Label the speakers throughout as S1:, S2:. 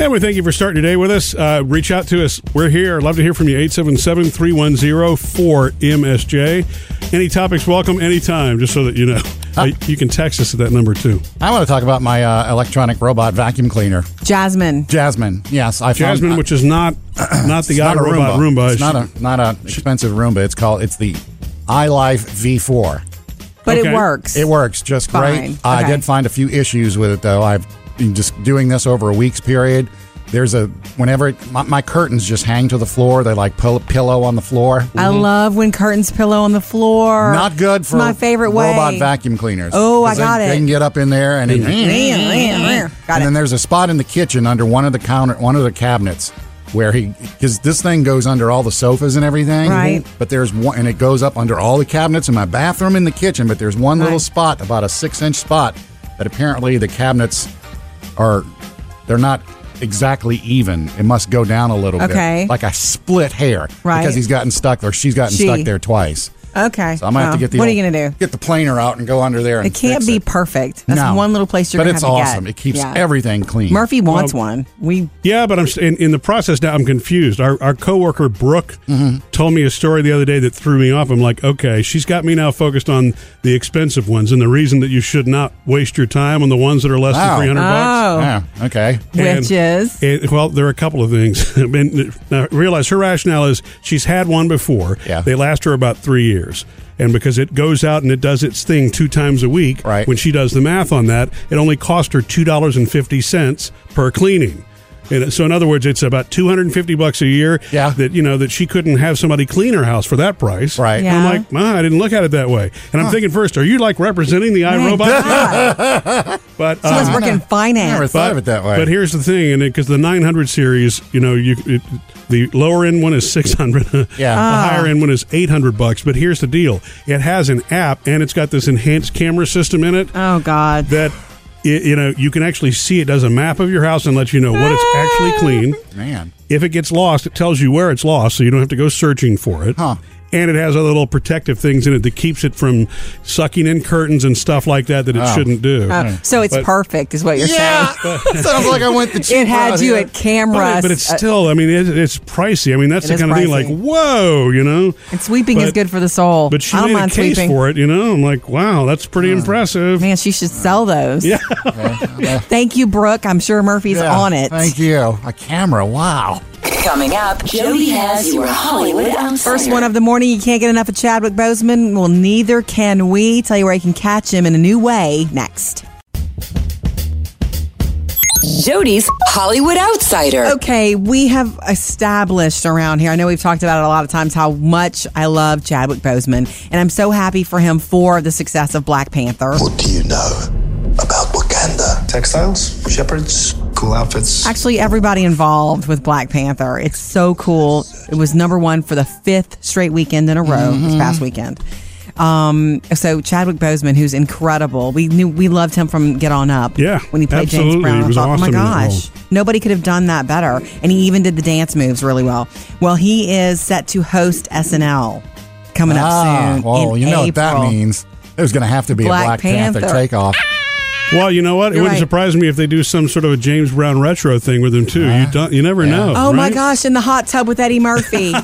S1: And we thank you for starting today with us. Uh, reach out to us. We're here. Love to hear from you. 877 310 4MSJ. Any topics, welcome anytime, just so that you know. Uh, you can text us at that number too.
S2: I want to talk about my uh, electronic robot vacuum cleaner,
S3: Jasmine.
S2: Jasmine. Yes, I found
S1: Jasmine, which is not not the guy
S2: Um, not a
S1: robot
S2: Roomba.
S1: Roomba.
S2: It's not a not a expensive Roomba. It's called it's the iLife V4.
S3: But
S1: Okay.
S3: it works.
S2: It works just great.
S3: Fine.
S2: I
S3: Okay.
S2: did find a few issues with it though. I've been just doing this over a week's period. There's a whenever it, my, my curtains just hang to the floor. They like pull, pillow on the floor.
S3: I love when curtains pillow on the floor.
S2: Mm-hmm. Not good
S3: It's
S2: for
S3: my favorite way.
S2: robot vacuum cleaners.
S3: Oh, I
S2: 'Cause they-
S3: got it.
S2: They can get up in there and it,
S3: Got
S2: and
S3: it.
S2: then there's a spot in the kitchen under one of the counter, one of the cabinets, where he because this thing goes under all the sofas and everything.
S3: Right.
S2: But there's one, and it goes up under all the cabinets in my bathroom in the kitchen. But there's one little
S3: Right.
S2: spot, about a six inch spot, that apparently the cabinets are they're not exactly even. It must go down a little
S3: Okay.
S2: bit, like a split hair,
S3: Right.
S2: Because he's gotten stuck or she's gotten
S3: She.
S2: stuck there twice.
S3: Okay.
S2: So I might have to
S3: Well,
S2: get the
S3: What are
S2: old-
S3: you gonna do?
S2: Get the planer out and go under there. And
S3: It can't
S2: fix
S3: be
S2: it.
S3: perfect. That's
S2: No.
S3: one little place you're
S2: But
S3: gonna
S2: it's
S3: have to get.
S2: awesome. It keeps
S3: Yeah.
S2: everything clean.
S3: Murphy wants
S1: Well-
S3: one. We
S1: Yeah, but I'm st- in, in the process now. I'm confused. Our, our coworker Brooke
S2: Mm-hmm.
S1: told me a story the other day that threw me off. I'm like, okay, she's got me now focused on the expensive ones and the reason that you should not waste your time on the ones that are less
S2: Wow.
S1: than 300 bucks.
S3: Oh.
S2: Yeah. Okay.
S1: And-
S3: which is
S1: and- well, there are a couple of things. I mean, now realize her rationale is she's had one before.
S2: Yeah.
S1: They last her about three years. And because it goes out and it does its thing two times a week,
S2: Right.
S1: when she does the math on that, it only cost her two dollars and fifty cents per cleaning. And it- so, in other words, it's about two hundred and fifty bucks a year.
S2: Yeah.
S1: That you know that she couldn't have somebody clean her house for that price.
S2: Right.
S1: And I'm
S3: Yeah.
S1: like, Ma, I didn't look at it that way. And I'm thinking first, are you like representing the
S3: My
S1: iRobot?
S3: God.
S1: but
S3: She was
S1: um,
S3: working finance.
S2: Never thought of it that way.
S1: but here's the thing, and because the 900 series, you know, you it, the lower end one is 600,
S2: Yeah.
S1: the
S3: Ah.
S1: higher end one is 800 bucks. But here's the deal: it has an app, and it's got this enhanced camera system in it
S3: Oh God.
S1: that. i you know, you can actually see it does a map of your house and lets you know what it's actually
S3: Ah.
S1: clean.
S2: man,
S1: If it gets lost, it tells you where it's lost, so you don't have to go searching for it.
S2: Huh.
S1: And it has other little protective things in it that keeps it from sucking in curtains and stuff like that that it
S2: Oh.
S1: shouldn't do.
S3: Uh, so it's
S1: But-
S3: perfect, is what you're
S2: yeah, sounds like I went the cheap
S3: saying. It had
S2: route
S3: you
S2: here.
S3: at camera. Uh,
S1: But, it- but it's still, I mean, it, it's pricey. I mean, that's
S3: It
S1: the
S3: is
S1: kind of thing like,
S3: pricey.
S1: whoa, you know?
S3: and sweeping is
S1: but-
S3: good for the soul.
S1: But she
S3: I don't
S1: made a
S3: mind
S1: case
S3: sweeping.
S1: for it, you know? I'm like, wow, that's pretty impressive.
S3: Man, she should sell those.
S1: Yeah.
S3: Thank you, Brooke. I'm sure Murphy's
S2: Yeah,
S3: on it.
S2: Thank you. A camera. Wow.
S4: Coming up, Jody has your Hollywood outsider.
S3: First one of the morning. You can't get enough of Chadwick Boseman. Well, neither can we. Tell you where you can catch him in a new way next.
S4: Jody's Hollywood outsider.
S3: Okay, we have established around here. I know we've talked about it a lot of times how much I love Chadwick Boseman, and I'm so happy for him for the success of Black Panther.
S5: What do you know about Wakanda? Textiles, shepherds, cool outfits.
S3: Actually, everybody involved with Black Panther. It's so cool. It was number one for the fifth straight weekend in a row this
S1: Mm-hmm.
S3: past weekend. Um, so Chadwick Boseman, who's incredible, we knew we loved him from Get On Up.
S1: Yeah,
S3: when he played
S1: absolutely.
S3: James Brown,
S1: He
S3: I
S1: was
S3: thought, oh my
S1: awesome in that role.
S3: gosh, nobody could have done that better. And he even did the dance moves really well. Well, he is set to host SNL coming up
S2: Ah,
S3: soon.
S2: well,
S3: in
S2: you know what
S3: April.
S2: that means. There's going to have to be
S3: Black
S2: a Black Panther,
S3: Panther.
S2: takeoff.
S1: Well, you know what? it
S3: You're
S1: wouldn't
S3: right.
S1: surprise me if they do some sort of a James Brown retro thing with him, too. You, don't, you never know.
S3: Oh my
S1: right?
S3: gosh! In the hot tub with Eddie Murphy.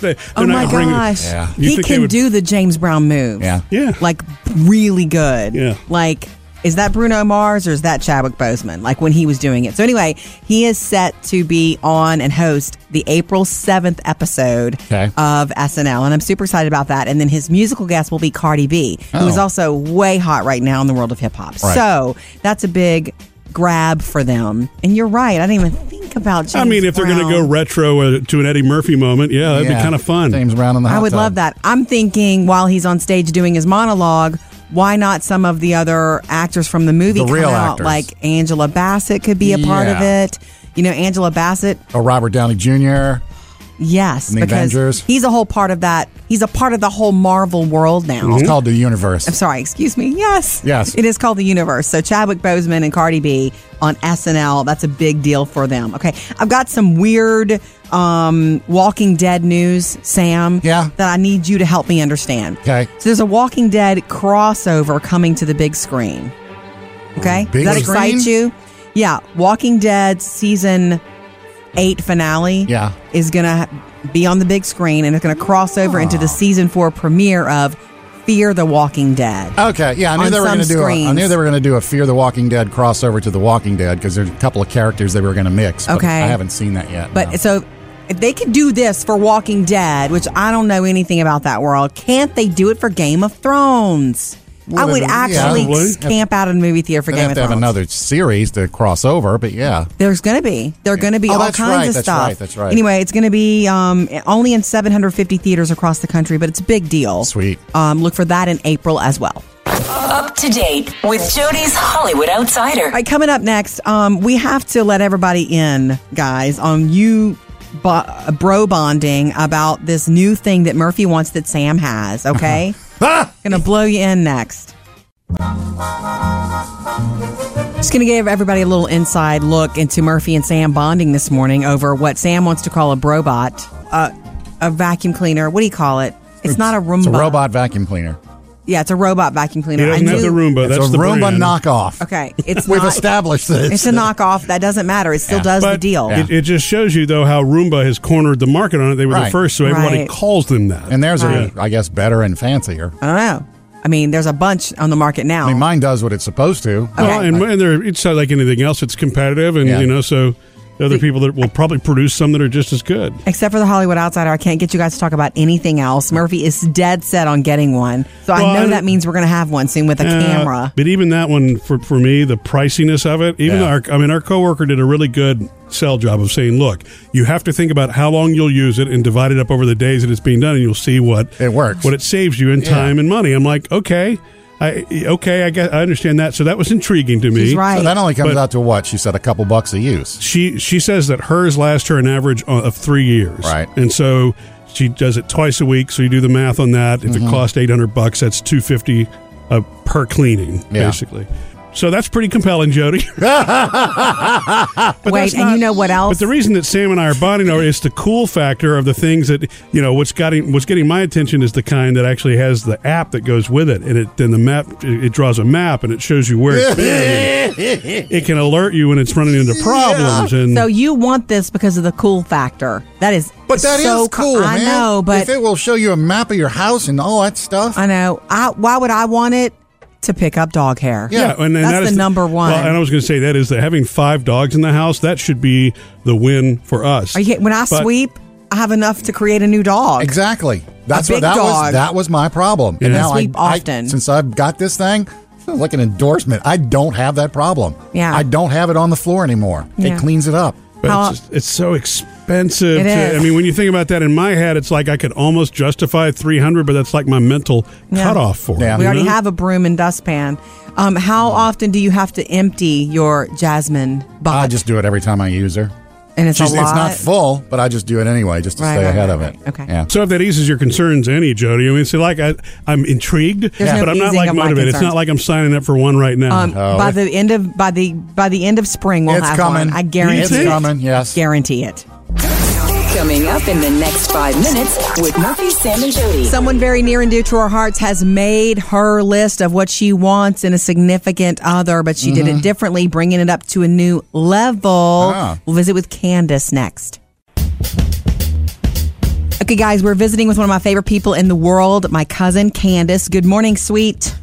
S1: They,
S3: oh
S1: they're not
S3: my
S1: bringing-
S3: gosh!
S2: Yeah.
S1: You
S3: He
S1: think they
S3: can
S1: would-
S3: do the James Brown moves.
S2: Yeah.
S1: Yeah.
S3: like really good.
S1: Yeah.
S3: Like, is that Bruno Mars or is that Chadwick Boseman? Like when he was doing it. So anyway, he is set to be on and host the April seventh episode
S2: Okay.
S3: of SNL, and I'm super excited about that. And then his musical guest will be Cardi B, who is
S2: Oh.
S3: also way hot right now in the world of hip hop.
S2: Right.
S3: So that's a big grab for them. And you're right, I didn't even think about. James
S1: I mean, if they're going to
S3: Brown.
S1: go retro uh, to an Eddie Murphy moment, yeah, that'd
S2: Yeah.
S1: be kind of fun.
S2: James Brown in the hot
S3: I would
S2: tub.
S3: love that. I'm thinking while he's on stage doing his monologue, why not some of the other actors from the movie
S2: The
S3: come
S2: real
S3: out?
S2: actors.
S3: Like Angela Bassett could be a part of
S2: Yeah.
S3: it. You know, Angela Bassett,
S2: Oh, Robert Downey Jr.
S3: yes,
S2: And the
S3: because
S2: Avengers.
S3: he's a whole part of that. He's a part of the whole Marvel world now.
S1: Mm-hmm.
S2: It's called the universe.
S3: I'm sorry, excuse me. Yes.
S2: Yes.
S3: It is called The Universe. So Chadwick Boseman and Cardi B on SNL. That's a big deal for them. Okay. I've got some weird um, Walking Dead news, Sam.
S2: Yeah.
S3: That I need you to help me understand.
S2: Okay.
S3: So there's a Walking Dead crossover coming to the big screen. Okay.
S2: Big
S3: Does that
S2: screen?
S3: excite you? Yeah, Walking Dead season eight finale.
S2: Yeah.
S3: is gonna be on the big screen and it's gonna cross over into
S2: Ah.
S3: the season four premiere of Fear the Walking Dead.
S2: Okay, yeah, I knew
S3: On
S2: they were
S3: some
S2: going to do. A, I
S3: screens.
S2: knew they were going to do a Fear the Walking Dead crossover to the Walking Dead because there's a couple of characters they were going to mix. but
S3: Okay.
S2: I haven't seen that yet.
S3: But
S2: no.
S3: so if they could do this for Walking Dead, which I don't know anything about that world, can't they do it for Game of Thrones? I
S2: Well,
S3: would
S2: yeah.
S3: actually
S1: Probably.
S3: camp out in a movie theater for
S2: they
S3: Game
S2: have
S3: of
S2: to have
S3: Thrones.
S2: another series to cross over. But yeah,
S3: There's going to be. There are going to be
S2: Oh,
S3: all
S2: that's
S3: kinds
S2: right,
S3: of
S2: that's
S3: stuff.
S2: right, that's right.
S3: Anyway, it's going to be um, only in 750 theaters across the country, but it's a big deal.
S2: Sweet.
S3: Um, look for that in April as well.
S4: Up to date with Jody's Hollywood Outsider.
S3: All right, coming up next, um, we have to let everybody in, guys, on you bo- bro bonding about this new thing that Murphy wants that Sam has, okay? Gonna blow you in next. Just gonna give everybody a little inside look into Murphy and Sam bonding this morning over what Sam wants to call a brobot, uh, a vacuum cleaner. What do you call it? It's not a Roomba.
S2: it's a robot vacuum cleaner.
S3: Yeah, it's a robot vacuum
S1: He
S3: cleaner.
S1: doesn't
S3: I
S1: have the
S3: knew-
S1: Roomba.
S2: It's
S1: that's
S2: a
S1: the
S2: Roomba
S1: brand.
S2: knockoff.
S3: Okay, it's
S2: We've
S3: not-
S2: established this.
S3: It's a knockoff. That doesn't matter. It still
S2: Yeah.
S3: does the
S1: But
S3: deal.
S1: It, it just shows you though how Roomba has cornered the market on it. They were the
S2: Right.
S1: first, so everybody
S3: Right.
S1: calls them that.
S2: And theirs
S3: Right.
S2: are, I guess, better and fancier.
S3: I don't know. I mean, there's a bunch on the market now.
S2: I mean, mine does what it's supposed to.
S1: Well, Oh, and, and they're, it's not like anything else. It's competitive, and
S2: Yeah.
S1: you know, so the other people that will probably produce some that are just as good.
S3: Except for the Hollywood Outsider, I can't get you guys to talk about anything else. Murphy is dead set on getting one, so
S1: Well,
S3: I know
S1: I-
S3: that means we're going to have one soon with a
S1: Uh,
S3: camera.
S1: But even that one for for me, the priciness of it. Even
S2: Yeah.
S1: our, I mean, our coworker did a really good sell job of saying, look, you have to think about how long you'll use it and divide it up over the days that it's being done, and you'll see what
S2: It works.
S1: what it saves you in time and money. I'm like, okay. I, okay, I guess I understand that. So that was intriguing to me.
S3: She's right.
S2: So that only comes
S1: But-
S2: out to what? She said a couple bucks a use.
S1: she she says that hers lasts her an average o- of three years.
S2: Right.
S1: And so she does it twice a week. So you do the math on that. If
S2: Mm-hmm.
S1: it costs eight hundred bucks, that's two fifty uh, per cleaning,
S2: Yeah.
S1: basically. So that's pretty compelling, Jody. But
S3: Wait,
S1: that's
S3: and you know what else?
S1: But the reason that Sam and I are bonding over is the cool factor of the things that you know. What's got what's getting my attention is the kind that actually has the app that goes with it, and it then the map it, it draws a map and it shows you where it's been. it can alert you when it's running into problems. And
S3: so you want this because of the cool factor? That is,
S2: But that is
S3: so co-
S2: cool,
S3: I
S2: man.
S3: know,
S2: if
S3: but
S2: it will show you a map of your house and all that stuff,
S3: I know. I why would I want it to pick up dog hair?
S1: Yeah, and, and
S3: That's
S1: that
S3: the
S1: is
S3: number one.
S1: Well, and I was going to say that is that having five dogs in the house that should be the win for us.
S3: Are you kidding? when I
S1: But-
S3: sweep, I have enough to create a new dog.
S2: exactly. That's
S3: A
S2: what
S3: big
S2: that was.
S3: dog.
S2: That was my problem. And
S1: Yeah.
S2: now I,
S3: Sweep
S2: I-
S3: often.
S2: since I've got this thing, it's like an endorsement. I don't have that problem.
S3: Yeah.
S2: I don't have it on the floor anymore.
S3: Yeah.
S2: It cleans it up.
S1: But
S3: How-
S1: it's, just- it's so expensive.
S3: It
S1: to,
S3: is.
S1: I mean, when you think about that in my head, it's like I could almost justify three hundred, but that's like my mental
S3: Yeah.
S1: cutoff for
S2: Yeah.
S1: it.
S3: We
S1: you
S3: already
S1: know?
S3: have a broom and dustpan. Um, how
S2: Mm-hmm.
S3: often do you have to empty your jasmine box?
S2: I just do it every time I use her.
S3: and it's
S2: She's-
S3: a
S2: it's
S3: lot.
S2: not full, but I just do it anyway, just to
S3: Right,
S2: stay
S3: right,
S2: ahead
S3: right,
S2: of
S3: right.
S2: it.
S3: Okay.
S2: Yeah.
S1: So if that eases your concerns, any Jody, I mean, so like I, I'm intrigued,
S3: no
S1: but I'm not
S3: easing
S1: like
S3: of my
S1: motivated. It's not
S3: concerns.
S1: like I'm signing up for one right now.
S3: Um, by the end of by the by the end of spring, we'll
S2: It's
S3: have
S2: coming.
S3: one. I guarantee
S1: It's
S3: it.
S2: coming, yes.
S3: guarantee it.
S4: Coming up in the next five minutes with Murphy, Sam, and Jody.
S3: Someone very near and dear to our hearts has made her list of what she wants in a significant other, but she did it differently, bringing it up to a new level.
S2: Mm-hmm. Ah.
S3: We'll visit with Candace next. Okay, guys, we're visiting with one of my favorite people in the world, my cousin Candace. Good morning, sweet.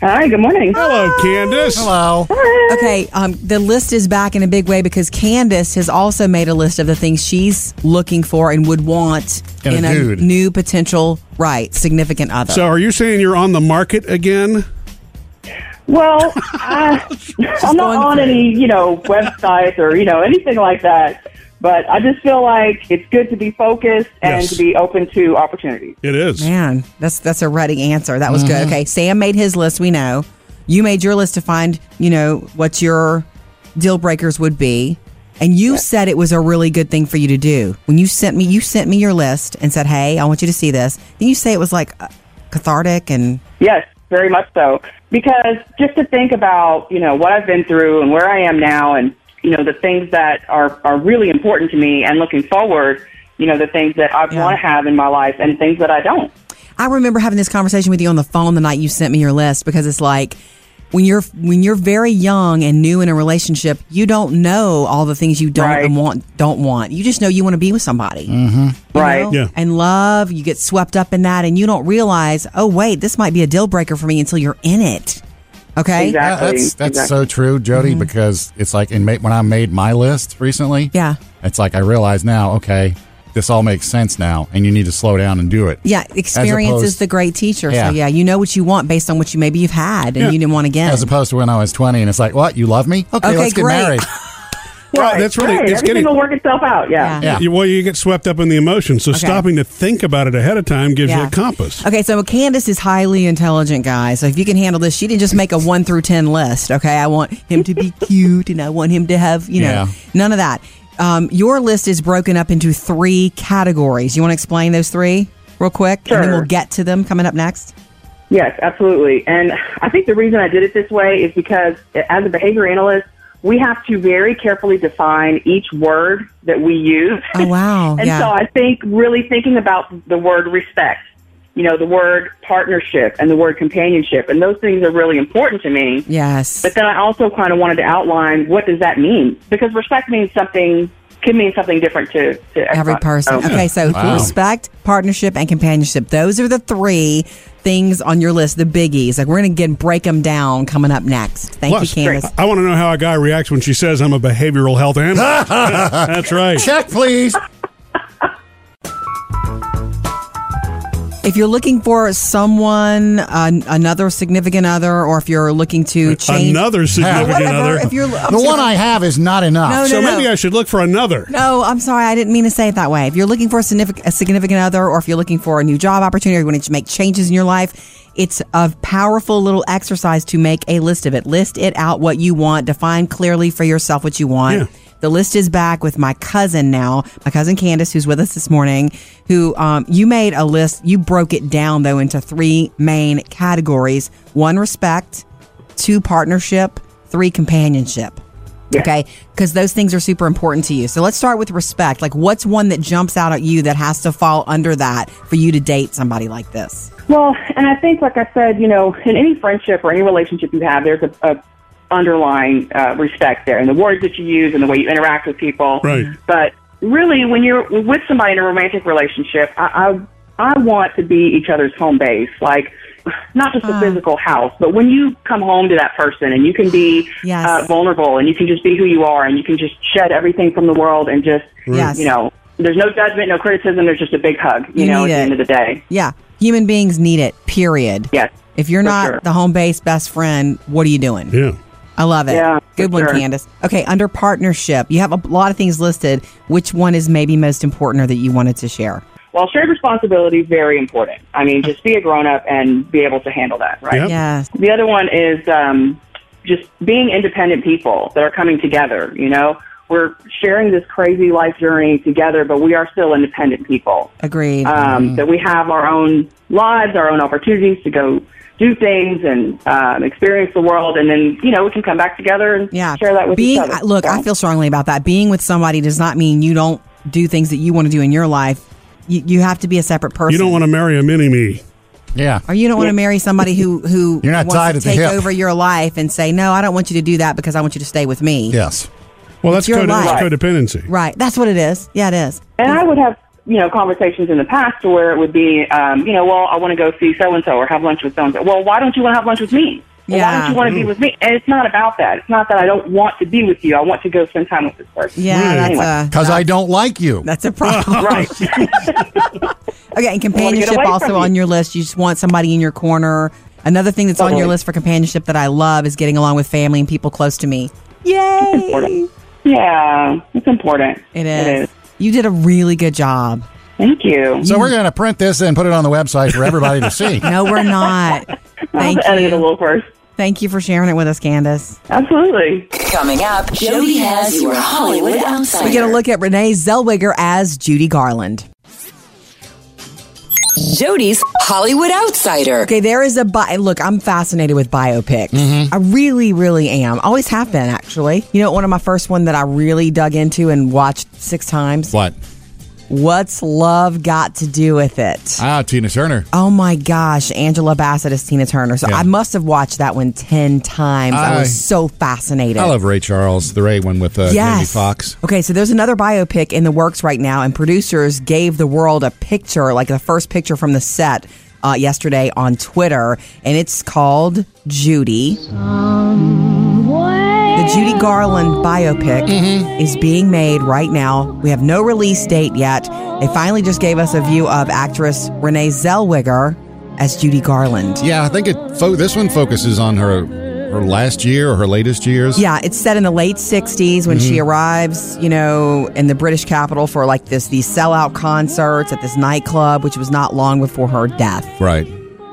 S6: Hi, good morning.
S1: Hello, Candace.
S2: Hello.
S3: Okay, um, the list is back in a big way because Candace has also made a list of the things she's looking for and would want
S2: In a
S3: in a
S2: dude.
S3: new potential, right, significant other.
S1: So are you saying you're on the market again?
S6: Well, I, I'm not
S3: going
S6: on
S3: through.
S6: any, you know, websites or, you know, anything like that, but I just feel like it's good to be focused and
S1: Yes.
S6: to be open to opportunities.
S1: It is.
S3: Man, that's that's a ready answer. That was good. Okay, Sam made his list. We know you made your list to find you know what your deal breakers would be, and you said it was a really good thing for you to do when you sent me you sent me your list and said, "Hey, I want you to see this." Then you say it was like uh, cathartic and
S6: Yes, very much so. Because just to think about, you know, what I've been through and where I am now and, you know, the things that are, are really important to me and looking forward, you know, the things that I
S3: Yeah.
S6: want to have in my life and things that I don't.
S3: I remember having this conversation with you on the phone the night you sent me your list because it's like when you're when you're very young and new in a relationship, you don't know all the things you don't
S6: Right.
S3: and want don't want. You just know you want to be with somebody,
S2: Mm-hmm.
S3: you
S6: Right.
S3: know?
S1: Yeah.
S3: And love, you get swept up in that, and you don't realize, oh wait, this might be a deal breaker for me until you're in it. Okay.
S6: Exactly.
S2: Yeah, that's that's
S6: Exactly.
S2: so true,
S3: Mm-hmm.
S2: Jody. Because it's like in ma- when I made my list recently,
S3: Yeah.
S2: it's like I realize now, okay, this all makes sense now, and you need to slow down and do it.
S3: Yeah, experience
S2: opposed-
S3: is the great teacher.
S2: Yeah.
S3: So yeah, you know what you want based on what you maybe you've had and you didn't want again.
S2: As opposed to when I was twenty, and it's like, what you love me? Okay,
S3: Okay,
S2: let's get
S3: great.
S2: married.
S1: Well, that's really
S6: Right.
S1: it's
S6: Everything
S1: getting
S6: will work itself out. Yeah.
S2: Yeah.
S1: You- well, you get swept up in the emotion. So stopping to think about it ahead of time gives you
S3: Yeah.
S1: a compass.
S3: Okay, so Candace is highly intelligent, guys. So if you can handle this, she didn't just make a one through ten list. Okay, I want him to be cute, and I want him to have you know
S2: Yeah.
S3: none of that. Um, your list is broken up into three categories. You want to explain those three real quick, and then
S6: Sure.
S3: we'll get to them coming up next.
S6: Yes, absolutely. And I think the reason I did it this way is because as a behavior analyst, we have to very carefully define each word that we use.
S3: Oh, wow.
S6: and
S3: Yeah.
S6: so I think really thinking about the word respect, you know, the word partnership and the word companionship, and those things are really important to me.
S3: Yes.
S6: But then I also kind of wanted to outline what does that mean? Because respect means something can mean something different to, to
S3: Every
S6: everybody.
S3: person.
S6: So-
S3: Okay, so
S2: Wow.
S3: respect, partnership, and companionship. Those are the three things on your list, the biggies. Like we're gonna get break them down coming up next. Thank
S1: Plus,
S3: you, Candace.
S1: I want to know how a guy reacts when she says, "I'm a behavioral health analyst." that's right.
S2: Check, please.
S3: If you're looking for someone, an another significant other, or if you're looking to change
S1: Another
S3: Or
S1: significant
S3: whatever,
S1: other.
S3: If you're
S2: The one I have is not enough.
S3: No, no,
S1: so maybe I should look for another.
S3: No, I'm sorry. I didn't mean to say it that way. If you're looking for a significant, a significant other, or if you're looking for a new job opportunity, or you want to make changes in your life, it's a powerful little exercise to make a list of it. List it out what you want. Define clearly for yourself what you want.
S1: Yeah.
S3: The list is back with my cousin now, my cousin Candace, who's with us this morning. Who um, you made a list. You broke it down though into three main categories: one, respect; two, partnership; three, companionship. Okay. Because those things are super important to you. So let's start with respect. Like, what's one that jumps out at you that has to fall under that for you to date somebody like this?
S6: Well, and I think, like I said, you know, in any friendship or any relationship you have, there's a, a underlying uh, respect there, and the words that you use and the way you interact with people.
S1: Right.
S6: But really, when you're with somebody in a romantic relationship, I I, I want to be each other's home base, like not just a
S3: Ah.
S6: physical house, but when you come home to that person and you can be
S3: Yes.
S6: uh, vulnerable and you can just be who you are and you can just shed everything from the world and just
S3: Yes.
S6: you know, there's no judgment, no criticism. There's just a big hug. You,
S3: You
S6: know, at
S3: need
S6: the end
S3: it.
S6: of the day.
S3: Yeah. Human beings need it, period.
S6: Yes.
S3: If you're
S6: for
S3: not
S6: sure.
S3: the home base best friend, what are you doing?
S1: Yeah.
S3: I love it.
S6: Yeah,
S3: Good
S6: for
S3: one,
S6: sure.
S3: Candace. Okay. Under partnership, you have a lot of things listed. Which one is maybe most important or that you wanted to share?
S6: Well, shared responsibility is very important. I mean, just be a grown up and be able to handle that, right?
S1: Yep.
S3: Yes.
S6: The other one is um, just being independent people that are coming together. You know, we're sharing this crazy life journey together, but we are still independent people.
S3: Agreed.
S6: Um, That we have our own lives, our own opportunities to go do things and um, experience the world, and then you know we can come back together and
S3: yeah.
S6: share that with
S3: being,
S6: each other.
S3: I- Look,
S6: So-
S3: I feel strongly about that. Being with somebody does not mean you don't do things that you want to do in your life. You, you have to be a separate person.
S1: You don't want to marry a mini me.
S2: Yeah,
S3: Or you don't want to marry somebody who who
S2: You're not
S3: wants
S2: tied
S3: to
S2: at the
S3: take
S2: hip.
S3: over your life and say no, I don't want you to do that because I want you to stay with me.
S2: yes.
S1: Well, that's,
S3: your
S1: code- that's
S3: life.
S1: codependency.
S3: Right. That's what it is. Yeah, it is.
S6: And I would have, you know, conversations in the past to where it would be, um, you know, well, I want to go see so and so or have lunch with so and so. Well, why don't you want to have lunch with me? Well, Why
S3: Yeah.
S6: don't you want to be with me? And it's not about that. It's not that I don't want to be with you. I want to go spend time with this person.
S3: Yeah,
S1: Right.
S3: that's uh, a
S2: Because I don't like you.
S3: that's a problem.
S6: Right.
S3: Okay, and companionship
S6: away
S3: also
S6: from
S3: on
S6: you.
S3: your list. You just want somebody in your corner. Another thing that's on your
S6: Totally.
S3: list for companionship that I love is getting along with family and people close to me. Yay!
S6: important. yeah, it's important.
S3: It is. You did a really good job.
S6: Thank you.
S2: So we're going to print this and put it on the website for everybody to see.
S3: No, we're not.
S6: I'll
S3: Thank
S6: edit it
S3: you.
S6: a little first.
S3: Thank you for sharing it with us, Candace.
S6: Absolutely.
S4: Coming up, Jody has your Hollywood outsider.
S3: We get a look at Renee Zellweger as Judy Garland.
S4: Jody's Hollywood outsider.
S3: Okay, there is a bi- look. I'm fascinated with biopics.
S2: Mm-hmm.
S3: I really, really am. Always have been, actually. You know, one of my first one that I really dug into and watched six times.
S2: What?
S3: What's love got to do with it?
S2: Ah, Tina Turner.
S3: Oh my gosh, Angela Bassett is Tina Turner. So
S2: Yeah.
S3: I must have watched that one 10 times. I,
S2: I-
S3: was so fascinated.
S2: I love Ray Charles, the Ray one with uh, Jamie
S3: Yes.
S2: Fox.
S3: Okay, so there's another biopic in the works right now, and producers gave the world a picture, like the first picture from the set uh, yesterday on Twitter, and it's called Judy. The Judy Garland biopic is being made right now. We have no release date yet. They finally just gave us a view of actress Renee Zellweger as Judy Garland.
S2: Yeah, I think it. Fo- this one focuses on her her last year or her latest years.
S3: Yeah, it's set in the late '60s when
S2: Mm-hmm.
S3: she arrives, you know, in the British capital for like this these sellout concerts at this nightclub, which was not long before her death,
S2: Right.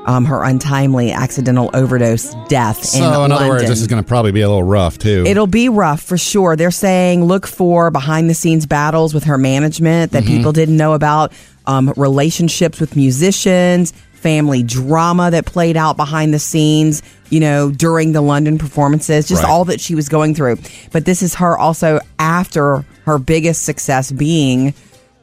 S3: um, her untimely accidental overdose death.
S2: So,
S3: in,
S2: in other
S3: London.
S2: words, this is going to probably be a little rough too.
S3: It'll be rough for sure. They're saying look for behind the scenes battles with her management
S2: Mm-hmm.
S3: that people didn't know about, um, relationships with musicians, family drama that played out behind the scenes, you know, during the London performances, just
S2: Right.
S3: all that she was going through. But this is her also after her biggest success being.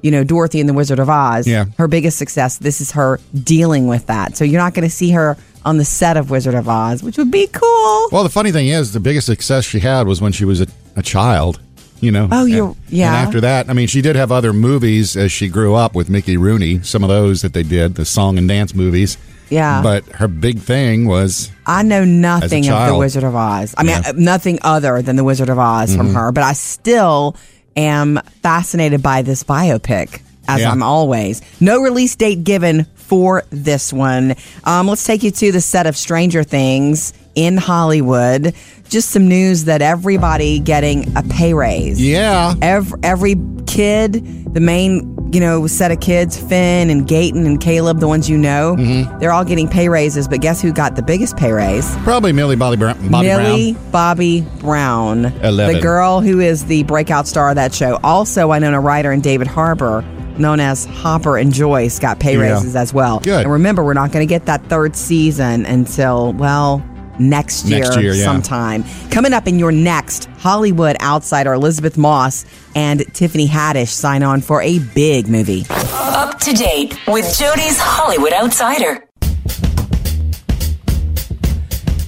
S3: You know, Dorothy and the Wizard of Oz.
S2: Yeah.
S3: Her biggest success. This is her dealing with that. So you're not going to see her on the set of Wizard of Oz, which would be cool.
S2: Well, the funny thing is, the biggest success she had was when she was a, a child. You know.
S3: Oh, you're-
S2: And-
S3: yeah.
S2: And after that, I mean, she did have other movies as she grew up with Mickey Rooney. Some of those that they did, the song and dance movies.
S3: Yeah.
S2: But her big thing was
S3: I know nothing of the
S2: child.
S3: Wizard of Oz. I mean, uh, nothing other than the Wizard of Oz from
S2: Mm-hmm.
S3: her, but I still am fascinated by this biopic, as
S2: Yeah.
S3: I'm always. No release date given for this one. Um, let's take you to the set of Stranger Things in Hollywood. Just some news that everybody getting a pay raise
S2: yeah.
S3: every, every kid, the main, you know, set of kids, Finn and Gayton and Caleb, the ones you know, they're all getting pay raises. But guess who got the biggest pay raise?
S2: Probably Millie Bobby Brown. Bobby
S3: Millie
S2: Brown.
S3: Bobby Brown.
S2: Eleven.
S3: The girl who is the breakout star of that show. Also, Winona Ryder and David Harbour, known as Hopper and Joyce, got pay
S2: Yeah.
S3: raises as well.
S2: Good.
S3: And remember, we're not going to get that third season until, well, next year,
S2: Next year, yeah.
S3: sometime. Coming up in your next Hollywood outsider, Elizabeth Moss and Tiffany Haddish sign on for a big movie.
S4: Up to date with Jody's Hollywood Outsider.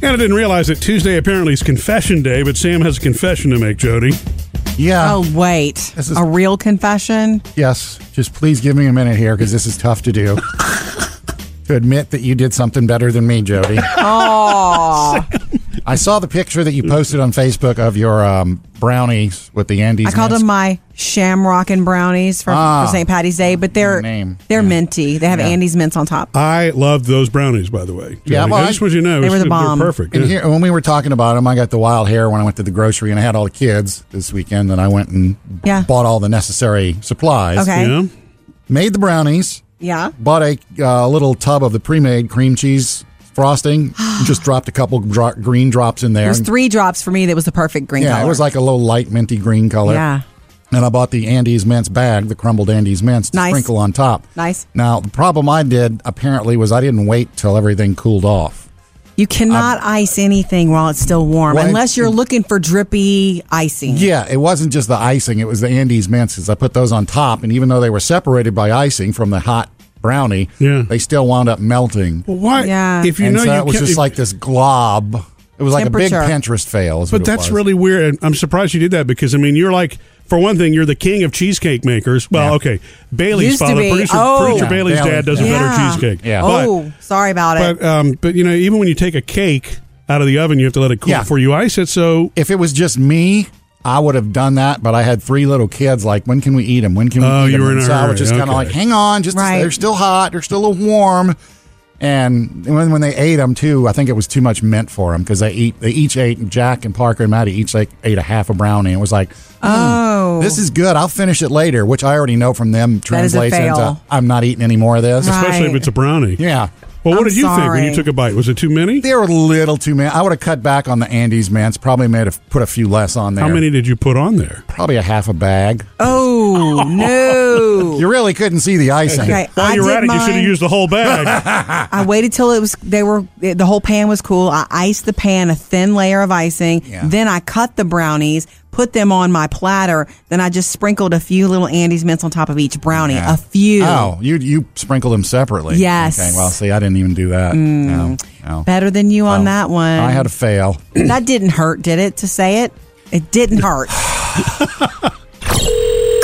S1: And I didn't realize that Tuesday apparently is confession day, but Sam has a confession to make, Jody.
S2: Yeah.
S3: Oh, wait.
S2: This is-
S3: a real confession?
S2: Yes. Just please give me a minute here because this is tough to do. to admit that you did something better than me, Jody. I saw the picture that you posted on Facebook of your um, brownies with the Andes.
S3: I called
S2: nuts.
S3: them my shamrock and brownies for,
S2: Ah.
S3: for St. Patty's Day, but they're
S2: Name.
S3: they're
S2: Yeah.
S3: minty. They have
S2: Yeah. Uh,
S3: Andy's mints on top.
S1: I loved those brownies, by the way. Jody.
S2: Yeah, well,
S1: I just
S2: I-
S1: want you to know
S3: They were the
S1: they're
S3: bomb.
S1: perfect.
S2: And
S1: yeah.
S2: here, when we were talking about them, I got the wild hair when I went to the grocery, and I had all the kids this weekend, and I went and b-
S3: Yeah.
S2: bought all the necessary supplies.
S3: Okay.
S1: Yeah.
S2: Made the brownies.
S3: Yeah.
S2: Bought a uh, little tub of the pre-made cream cheese frosting. just dropped a couple dro- green drops in there.
S3: There's three drops for me that was the perfect green
S2: yeah,
S3: color.
S2: it was like a little light minty green color.
S3: Yeah.
S2: And I bought the Andes mints bag, the crumbled Andes mints to
S3: Nice.
S2: sprinkle on top.
S3: Nice.
S2: Now the problem I did apparently was I didn't wait till everything cooled off.
S3: You cannot ice anything while it's still warm
S2: Well,
S3: unless you're looking for drippy icing.
S2: Yeah, it wasn't just the icing; it was the Andes mints. 'cause I put those on top, and even though they were separated by icing from the hot brownie,
S1: Yeah.
S2: they still wound up melting.
S1: Well, why?
S3: Yeah.
S1: If you
S2: and
S1: know
S2: so
S1: you
S2: it was
S1: can't-
S2: just like this glob. It was like a big
S3: Temperature.
S2: Pinterest fail. is what
S1: But
S2: it
S1: that's
S2: was.
S1: really weird. And I'm surprised you did that because, I mean, you're like, for one thing, you're the king of cheesecake makers. Well,
S2: Yeah.
S1: okay. Bailey's
S3: Used to
S1: father,
S3: be.
S1: producer,
S3: Oh.
S1: producer
S3: Yeah,
S1: Bailey's
S2: Bailey,
S1: dad does a
S2: yeah.
S1: better
S3: Yeah.
S1: cheesecake.
S2: Yeah.
S1: But-
S3: Oh, sorry about it.
S1: But um, but you know, even when you take a cake out of the oven, you have to let it cool
S2: Yeah.
S1: before you ice it. So
S2: If it was just me, I would have done that. But I had three little kids. Like, when can we eat them? When can we?
S1: Oh,
S2: eat
S1: you
S2: 'em?"
S1: were in
S2: And
S1: a
S2: so I
S1: hurry,
S2: was just kind
S1: okay.
S2: of like, hang on, just
S3: Right.
S2: they're still hot, they're still a little warm. And when, when they ate them too, I think it was too much mint for them because they eat they each ate Jack and Parker and Maddie each like ate a half a brownie and was like, oh, this is good. I'll finish it later, which I already know from them
S3: is a
S2: translates into
S3: fail.
S2: I'm not eating any more of this.
S3: Right.
S1: especially if it's a brownie.
S2: Yeah.
S1: Well, what
S3: I'm
S1: did you think when you
S3: sorry.
S1: took a bite? Was it too many?
S2: They were a little too many. I would have cut back on the Andes mints. Probably made a, put a few less on there.
S1: How many did you put on there?
S2: Probably a half a bag.
S3: oh, No, no.
S2: You really couldn't see the icing.
S3: Okay,
S1: While
S3: I
S1: you were
S3: did
S1: at it, you should
S3: mine-
S1: have used the whole bag.
S3: I waited till it was they were the whole pan was cool. I iced the pan a thin layer of icing.
S2: Yeah.
S3: Then I cut the brownies, put them on my platter. Then I just sprinkled a few little Andes mints on top of each brownie.
S2: Yeah.
S3: A few.
S2: Oh, you you sprinkle them separately.
S3: Yes. Mm.
S2: Okay. Well, see, I didn't even do that. No, no.
S3: Better than you on
S2: Oh,
S3: that one.
S2: I had a fail.
S3: that didn't hurt, did it? To say it, it didn't hurt.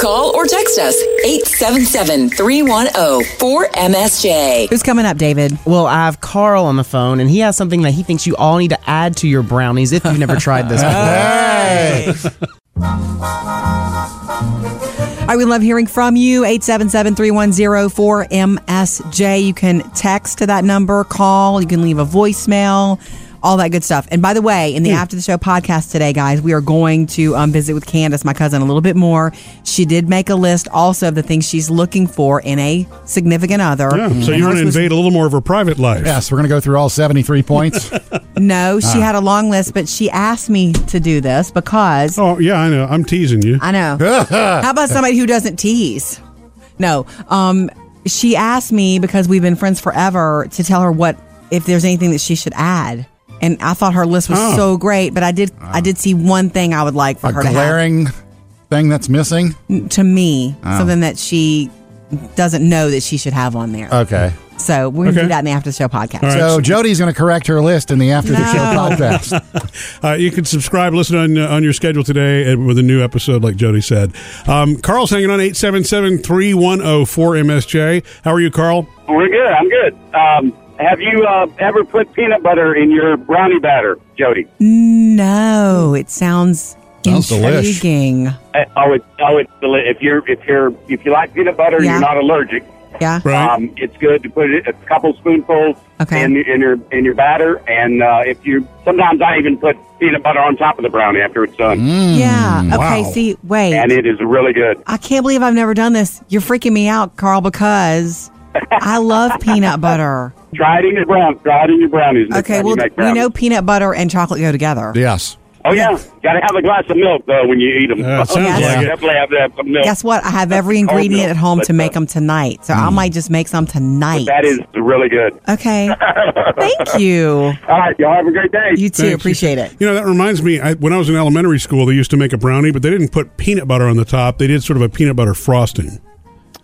S4: Call or text us 877 310 4MSJ.
S3: Who's coming up, David?
S7: Well, I have Carl on the phone, and he has something that he thinks you all need to add to your brownies if you've never tried this before.
S3: I would love hearing from you. 877-310-4MSJ. You can text to that number, call, you can leave a voicemail, all that good stuff. And by the way,
S1: Hmm.
S3: in the After the Show podcast today, guys, we are going to um, visit with Candace, my cousin, a little bit more. She did make a list also of the things she's looking for in a significant other.
S1: yeah. So
S3: And
S1: you want to
S3: hers was-
S1: invade a little more of her private life.
S2: Yes, we're gonna go through all seventy-three points.
S3: No,
S1: Ah.
S3: she had a long list, but she asked me to do this because
S1: Oh, yeah, I know. I'm teasing you.
S3: I know. How about somebody who doesn't tease? No. Um, she asked me because we've been friends forever to tell her what if there's anything that she should add. And I thought her list was
S1: Oh.
S3: so great, but I did I did see one thing I would like for
S2: a
S3: her to have
S2: glaring Oh. thing that's missing.
S3: to me, something that she doesn't know that she should have on there.
S2: Uh, Okay.
S3: so we're gonna
S1: Okay.
S3: do that in the after the show podcast.
S1: right.
S2: So Jody's gonna correct her list in the after the show
S3: No.
S2: podcast.
S1: Uh, you can subscribe, listen on uh, on your schedule today and with a new episode, like Jody said. Um, Carl's hanging on 877 310 4MSJ. How are you, Carl?
S8: We're good. I'm good. Um, have you uh, ever put peanut butter in your brownie batter, Jody?
S3: No, it sounds,
S2: Sounds delish.
S3: intriguing.
S8: I, I would. I would. If you're if you're if you like peanut butter, and
S3: Yeah.
S8: you're not allergic.
S3: Yeah.
S1: Right.
S8: Um, it's good to put it, a couple spoonfuls
S3: Okay.
S8: in, in your in your batter, and uh, if you sometimes I even put peanut butter on top of the brownie after it's done,
S1: Mm.
S3: yeah. Okay,
S2: Mm. wow.
S3: see, wait.
S8: and it is really good.
S3: I can't believe I've never done this. You're freaking me out, Carl, because I love peanut butter.
S8: Try it in your brown. Try it in your brownies. next
S3: Okay,
S8: time you
S3: well,
S8: make
S3: we know
S8: brownies.
S3: peanut butter and chocolate go together.
S2: yes.
S8: Oh yeah, got to have a glass of milk though when you eat them.
S1: Yeah, it sounds
S3: yes.
S1: like it.
S8: Definitely have to have some milk.
S3: Guess what? I have every
S8: Cold milk,
S3: ingredient at home
S8: but,
S3: to
S8: uh,
S3: make them tonight, so I
S1: Mm.
S3: might just make some tonight.
S8: That is really good.
S3: okay. Thank you.
S8: All right, y'all have a great day.
S3: You too.
S1: Thanks.
S3: Appreciate it.
S1: You know, that reminds me, I, when I was in elementary school, they used to make a brownie, but they didn't put peanut butter on the top. They did sort of a peanut butter frosting.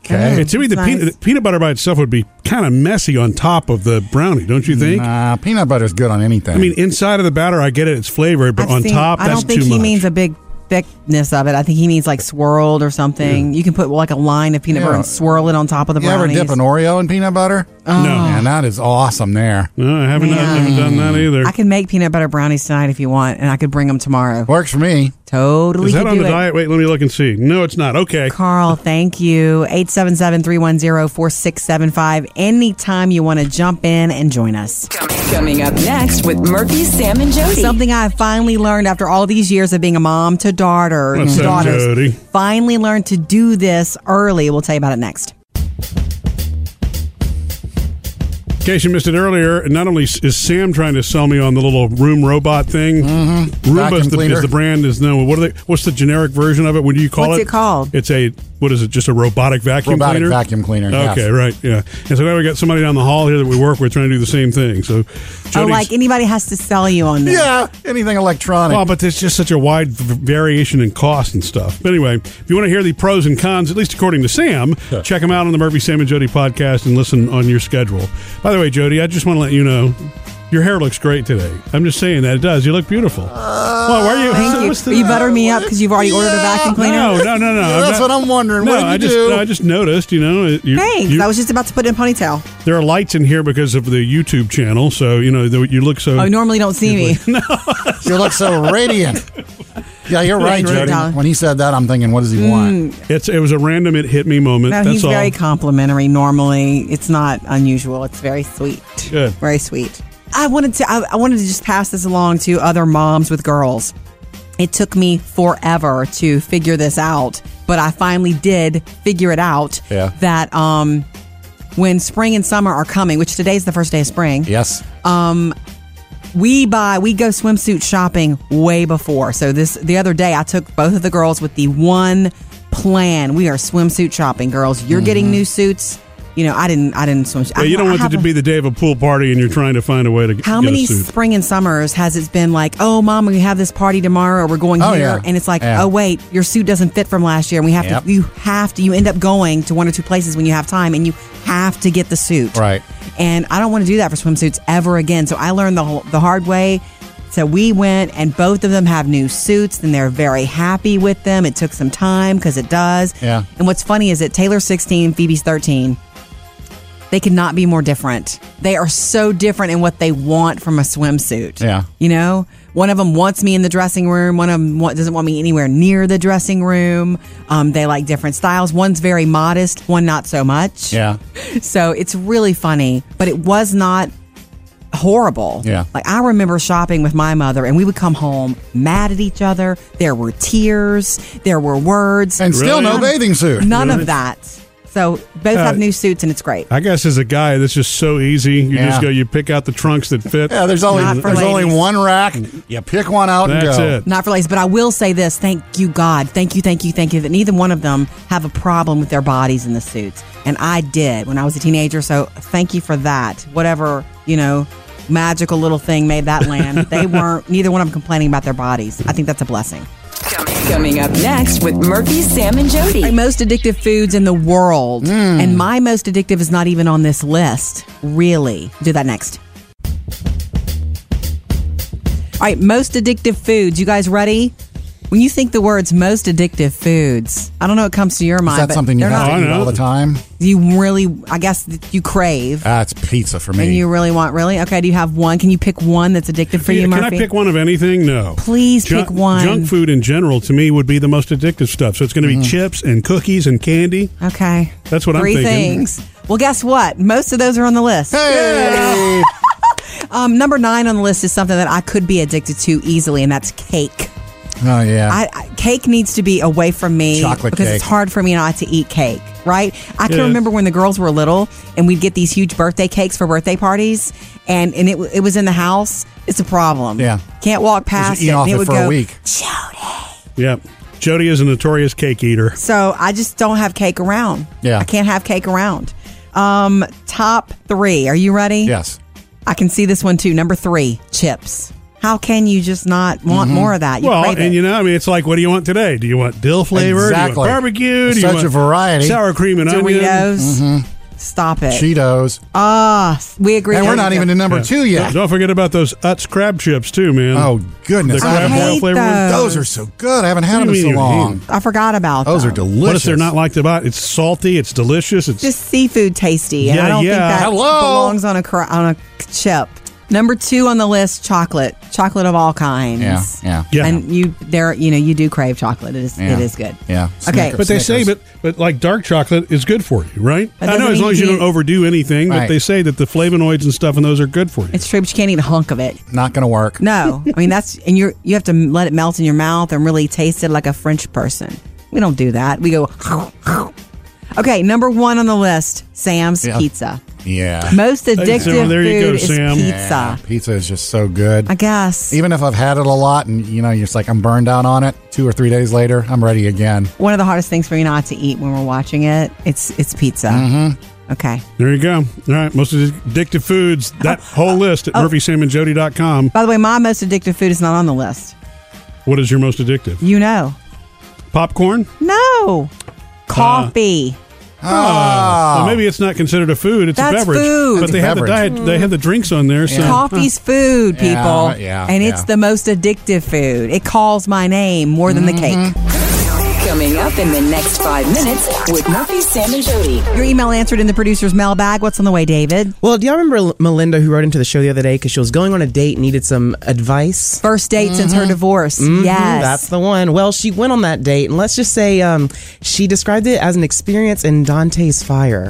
S2: Okay.
S1: And to me, the,
S3: Nice.
S1: peanut, the peanut butter by itself would be kind of messy on top of the brownie, don't you think?
S2: Nah, Uh, peanut butter's good on anything.
S1: I mean, inside of the batter, I get it; it's flavored, but
S3: I've
S1: on
S3: seen-
S1: top,
S3: I
S1: that's
S3: don't think
S1: too
S3: he
S1: much.
S3: means a big thickness of it. I think he means like swirled or something. You can put like a line of peanut butter
S2: Yeah.
S3: and swirl it on top of the
S2: you ever
S3: brownies.
S2: dip an Oreo in peanut butter?
S1: no,
S2: Man, that is awesome. There
S1: no, I haven't, done, haven't done that either.
S3: I can make peanut butter brownies tonight if you want, and I could bring them tomorrow.
S2: works for me.
S3: Totally
S1: Is that
S3: could
S1: on
S3: do
S1: the
S3: it.
S1: diet? Wait, let me look and see. No, it's not. Okay,
S3: Carl, thank you. 877-310-4675. Anytime you want to jump in and join us.
S4: Coming up next with Murphy, Sam, and Jody.
S3: Something I finally learned after all these years of being a mom to daughter,
S1: What's
S3: to
S1: up,
S3: daughters.
S1: Jody?
S3: Finally learned to do this early. We'll tell you about it next.
S1: in case you missed it earlier, not only s- is Sam trying to sell me on the little room robot thing,
S3: Mm-hmm.
S1: Roomba
S2: Vacuum
S1: is the,
S2: cleaner.
S1: is the brand. Is no what are they? What's the generic version of it? What do you call
S3: What's
S1: it?
S3: it called?
S1: It's a what is it? Just a robotic vacuum
S2: Robotic
S1: cleaner.
S2: vacuum cleaner, yes.
S1: Okay, right. Yeah. And so now we got somebody down the hall here that we work with trying to do the same thing. So,
S3: Oh,
S1: Jody's-
S3: like anybody has to sell you on this.
S2: Yeah, anything electronic.
S1: Well, but there's just such a wide v- variation in cost and stuff. But anyway, if you want to hear the pros and cons, at least according to Sam, check them out on the Murphy, Sam, and Jody podcast and listen on your schedule. By the way, Jody, I just want to let you know your hair looks great today. I'm just saying that it does. You look beautiful. well, why are you?
S3: Uh, Thank
S1: what's
S3: you.
S1: the-
S3: you butter me up because you've already ordered a
S2: Yeah.
S3: vacuum cleaner?
S1: No, no, no, no.
S2: That's
S1: not-
S2: what I'm wondering.
S1: No,
S2: What did you
S1: I just,
S2: do?
S1: no, I just noticed. You know, you,
S3: Thanks.
S1: you-
S3: I was just about to put in a ponytail.
S1: there are lights in here because of the YouTube channel. So you know, the, you look so.
S3: Oh, you normally don't see me.
S2: you look so radiant. Yeah, you're right,
S3: Thank you,
S2: Jody.
S3: darling.
S2: When he said that, I'm thinking, what does he want?
S1: It's it was a random. It hit me moment.
S3: No,
S1: That's
S3: he's
S1: all.
S3: very complimentary. Normally, it's not unusual. It's very sweet.
S1: Good.
S3: Very sweet. I wanted to. I, I wanted to just pass this along to other moms with girls. It took me forever to figure this out, but I finally did figure it out.
S2: Yeah.
S3: That um, when spring and summer are coming, which today's the first day of spring.
S2: Yes.
S3: We buy, we go swimsuit shopping way before. So this the other day, I took both of the girls with the one plan. We are swimsuit shopping, girls. You're getting new suits. You know, I didn't. I didn't swim.
S1: Yeah, Mm-hmm. you don't want it to be the day of a pool party and you're trying to find a way to g-
S3: How
S1: get
S3: many
S1: a suit.
S3: spring and summers has it been like, oh, mom, we have this party tomorrow, or we're going
S2: Oh,
S3: here,
S2: yeah.
S3: and it's like,
S2: Yeah.
S3: oh, wait, your suit doesn't fit from last year, and we have
S2: Yep.
S3: to, you have to, you end up going to one or two places when you have time, and you have to get the suit,
S2: Right.
S3: And I don't want to do that for swimsuits ever again. So I learned the whole, the hard way. So we went, and both of them have new suits, and they're very happy with them. It took some time because it does.
S2: Yeah.
S3: And what's funny is that Taylor's 16, Phoebe's 13. They could not be more different. They are so different in what they want from a swimsuit.
S2: Yeah.
S3: You know, one of them wants me in the dressing room. One of them wa- doesn't want me anywhere near the dressing room. Um, they like different styles. One's very modest, one not so much.
S2: Yeah.
S3: So it's really funny, but it was not horrible.
S2: Yeah.
S3: Like I remember shopping with my mother and we would come home mad at each other. There were tears, there were words.
S2: And
S1: Really?
S2: still no bathing suit.
S3: None
S1: Really?
S3: of that. So both
S2: Uh,
S3: have new suits and it's great.
S1: I guess as a guy, this is so easy. You just
S2: Yeah.
S1: go, you pick out the trunks that fit.
S2: Yeah, there's only
S3: Not for
S2: there's only
S3: ladies.
S2: one rack. You pick one out
S1: That's
S2: and go.
S1: it.
S3: Not for ladies, but I will say this. Thank you, God. Thank you, thank you, thank you. That neither one of them have a problem with their bodies in the suits. And I did when I was a teenager. So thank you for that. Whatever, you know, magical little thing made that land. They weren't, neither one of them complaining about their bodies. I think that's a blessing.
S4: Coming up next with Murphy, Sam, and
S3: My
S4: Jody.
S3: most addictive foods in the world.
S2: Mm.
S3: And my most addictive is not even on this list. Really. Do that next. All right, most addictive foods. You guys ready? When you think the words most addictive foods, I don't know what comes to your
S2: Is
S3: mind.
S2: that
S3: but
S2: something you
S3: they're
S2: have
S3: not,
S1: I
S2: to eat
S1: know.
S2: all the time?
S3: you really, I guess that you crave
S2: That's pizza for me.
S3: and you really want, really? Okay, do you have one? Can you pick one that's addictive for
S1: Yeah,
S3: you,
S1: can
S3: Murphy?
S1: I pick one of anything? No.
S3: Please pick one.
S1: Junk food in general to me would be the most addictive stuff. So it's going to be
S2: Mm-hmm.
S1: chips and cookies and candy.
S3: Okay.
S1: That's what I'm
S3: Three
S1: thinking.
S3: things. Well, guess what? Most of those are on the list.
S2: hey,
S3: Um, number nine on the list is something that I could be addicted to easily, and that's cake.
S2: oh yeah.
S3: I, I cake needs to be away from me
S2: Chocolate
S3: because
S2: cake.
S3: it's hard for me not to eat cake. Right? I can
S1: Yeah.
S3: remember when the girls were little, and we'd get these huge birthday cakes for birthday parties, and and it w- it was in the house. It's a problem.
S2: Yeah.
S3: can't walk past
S2: eat
S3: it.
S2: off
S3: and
S2: it
S3: would
S2: for a
S3: go,
S2: week.
S1: Yep. Jody is a notorious cake eater.
S3: So I just don't have cake around.
S2: Yeah.
S3: I can't have cake around. Um, top three. Are you ready?
S2: yes.
S3: I can see this one too. Number three, chips. How can you just not want
S2: Mm-hmm.
S3: more of that? You
S1: well,
S3: crave
S1: and
S3: it.
S1: you know, I mean, it's like, what do you want today? Do you want dill flavor? Do
S2: Exactly.
S1: you want barbecue?
S2: There's
S1: do you
S2: such
S1: want
S2: a variety.
S1: Sour cream and onion.
S3: Doritos. Stop it.
S2: Cheetos.
S3: Ah, we
S2: Mm-hmm. and
S3: agree. There
S2: we're
S3: you
S2: not
S3: go.
S2: even in number
S1: Yeah.
S2: two yet.
S1: Don't forget about those Utz crab chips too, man.
S2: Oh goodness.
S1: The
S2: I
S3: I
S1: crab
S2: haven't-
S1: barrel
S3: hate
S1: flavor ones?
S3: those.
S2: those are so good. I haven't had
S1: What
S2: them
S1: do you
S2: so
S1: mean you hate
S2: long.
S1: them?
S3: I forgot about
S2: Those are
S3: them.
S2: delicious.
S1: What if they're not like the bot? It's salty. It's delicious. It's
S3: just seafood tasty, and
S1: Yeah,
S3: I don't
S1: yeah.
S3: think that
S2: Hello?
S3: belongs on a cra- on a chip. Number two on the list, chocolate, chocolate of all kinds.
S2: Yeah, yeah.
S1: Yeah.
S3: And you there, you know, you do crave chocolate. It is,
S2: Yeah.
S3: it is good.
S2: Yeah.
S3: Okay.
S2: Snickers.
S1: But they
S2: Snickers.
S1: say, but but like dark chocolate is good for you, right?
S3: That
S1: I know
S3: doesn't
S1: as long
S3: mean
S1: as you
S3: you-
S1: don't overdo anything, but
S2: Right.
S1: they say that the flavonoids and stuff in those are good for you.
S3: It's true, but you can't eat a hunk of it.
S2: Not going to work.
S3: No, I mean that's and you are you have to let it melt in your mouth and really taste it like a French person. We don't do that. We go. Okay, number one on the list, Sam's
S2: Yeah.
S3: pizza.
S2: Yeah.
S3: Most
S1: you,
S3: addictive
S1: Sam. There you
S3: food
S1: go,
S3: is
S1: Sam.
S3: pizza.
S2: Yeah, Pizza is just so good.
S3: I guess
S2: Even if I've had it a lot and, you know, you're just like, I'm burned out on it. Two or three days later, I'm ready again.
S3: one of the hardest things for me not to eat when we're watching it. It's it's pizza. Mm-hmm. Okay.
S1: There you go. All right, most of the addictive foods. That whole list
S3: Oh.
S1: at murphysamandjody.com.
S3: By the way, my most addictive food is not on the list.
S1: What is your most addictive?
S3: You know,
S1: Popcorn?
S3: no coffee.
S1: Oh. Well, maybe it's not considered a food; it's a
S3: That's
S1: beverage.
S3: food.
S1: But they
S2: It's a
S1: have the
S2: Oh. beverage.
S1: diet. They have the drinks on there. So
S3: Coffee's food, people.
S2: Yeah, yeah,
S3: and it's
S2: yeah.
S3: the most addictive food. It calls my name more than the cake.
S4: Coming up in the next five minutes with Murphy, Sam, and Jody.
S3: Your email answered in the producer's mailbag. What's on the way, David?
S7: Well, do y'all remember Melinda who wrote into the show the other day because she was going on a date and needed some advice?
S3: First date since her divorce. Yes.
S7: That's the one. Well, she went on that date, and let's just say um, she described it as an experience in Dante's Fire.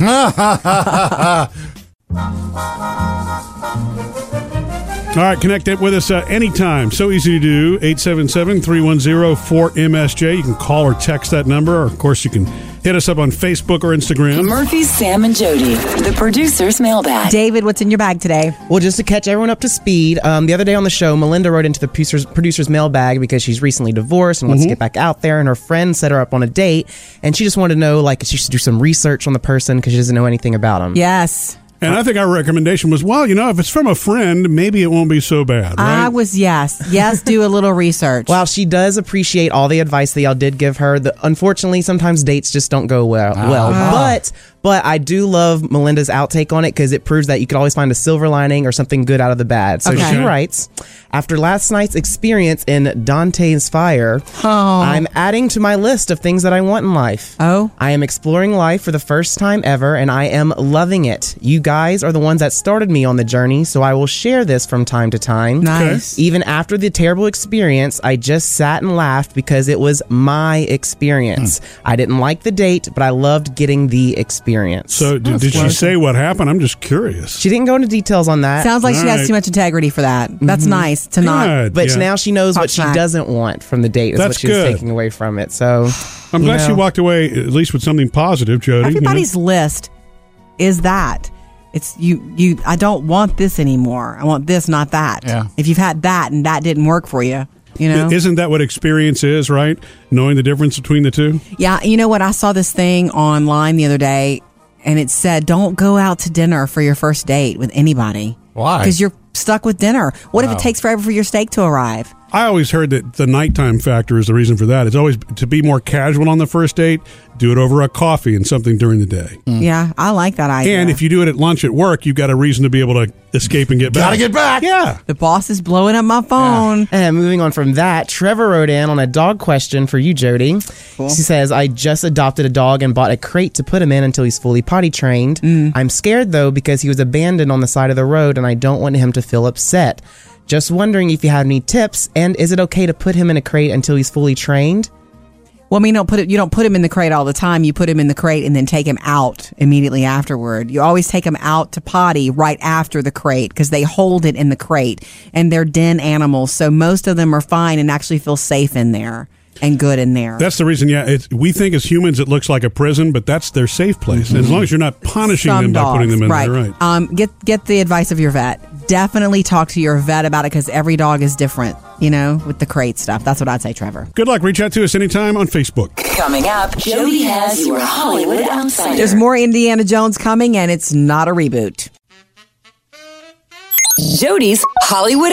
S1: All right, connect it with us uh, anytime. So easy to do. 877 310 4MSJ. You can call or text that number. Or, of course, you can hit Hit us up on Facebook or Instagram.
S4: Murphy's Sam and Jody, the producer's mailbag.
S3: David, what's in your bag today?
S7: Well, just to catch everyone up to speed, um, the other day on the show, Melinda wrote into the producer's, producer's mailbag because she's recently divorced and wants to get back out there, and her friend set her up on a date, and she just wanted to know like if she should do some research on the person because she doesn't know anything about him.
S3: Yes.
S1: And I think our recommendation was, well, you know, if it's from a friend, maybe it won't be so bad, right?
S3: I was yes. Yes, do a little research.
S7: While she does appreciate all the advice that y'all did give her, the, unfortunately sometimes dates just don't go well. well,
S3: Ah.
S7: but but I do love Melinda's outtake on it because it proves that you can always find a silver lining or something good out of the bad. So
S3: Okay.
S7: she
S1: Okay.
S7: writes, after last night's experience in Dante's Fire, I'm adding to my list of things that I want in life.
S3: Oh.
S7: I am exploring life for the first time ever, and I am loving it. You guys are the ones that started me on the journey, so I will share this from time to time.
S3: nice.
S7: Even after the terrible experience, I just sat and laughed because it was my
S1: Hmm.
S7: experience. I didn't like the date, but I loved getting the experience.
S1: so did, did she say what happened? I'm just curious.
S7: she didn't go into details on that.
S3: Sounds like she
S1: Alright. Mm-hmm.
S3: has too much integrity for that. That's nice to not.
S1: Good,
S7: but
S1: yeah.
S7: now she knows what
S3: Hot
S7: she
S3: snack.
S7: doesn't want from the date. Is
S1: That's
S7: what she was
S1: good.
S7: taking away from it. So
S1: I'm
S7: you
S1: glad she
S7: know.
S1: walked away at least with something positive, Jody. you know?
S3: Everybody's list is that. It's you you I don't want this anymore. I want this, not that.
S2: Yeah.
S3: If you've had that and that didn't work for you, you know.
S1: Isn't that what experience is, right? Knowing the difference between the two?
S3: Yeah, you know what? I saw this thing online the other day, and it said, "Don't go out to dinner for your first date with anybody."
S2: Why?
S3: Because you're stuck with dinner. What if
S2: Wow.
S3: it takes forever for your steak to arrive?
S1: I always heard that the nighttime factor is the reason for that. It's always to be more casual on the first date, do it over a coffee and something during the day.
S3: Mm. Yeah, I like that idea.
S1: Mm. And if you do it at lunch at work, you've got a reason to be able to escape and get back.
S2: Gotta get back.
S1: Yeah.
S3: the boss is blowing up my phone,
S7: And moving on from that, Trevor wrote in on a dog question for you, Jody. She says, I just adopted a dog and bought a crate to put him in until he's fully potty trained.
S3: Mm.
S7: I'm scared though because he was abandoned on the side of the road and I don't want him to feel upset. Just wondering if you have any tips and is it okay to put him in a crate until he's fully trained?
S3: well, I mean, you don't put it. You don't put him in the crate all the time. You put him in the crate and then take him out immediately afterward. You always take him out to potty right after the crate because they hold it in the crate and they're den animals, so most of them are fine and actually feel safe in there and good in there.
S1: That's the reason, yeah. It's, we think as humans it looks like a prison, but that's their safe place. And as long as you're not punishing
S3: Mm-hmm. Some
S1: them by putting
S3: dogs,
S1: them in
S3: right.
S1: there, right?
S3: Um, get get the advice of your vet. Definitely talk to your vet about it because every dog is different. You know, with the crate stuff. That's what I'd say, Trevor.
S1: Good luck. Reach out to us anytime on Facebook.
S4: Coming up, Jody has your Hollywood outsider.
S3: There's more Indiana Jones coming, and it's not a reboot.
S4: Jody's Hollywood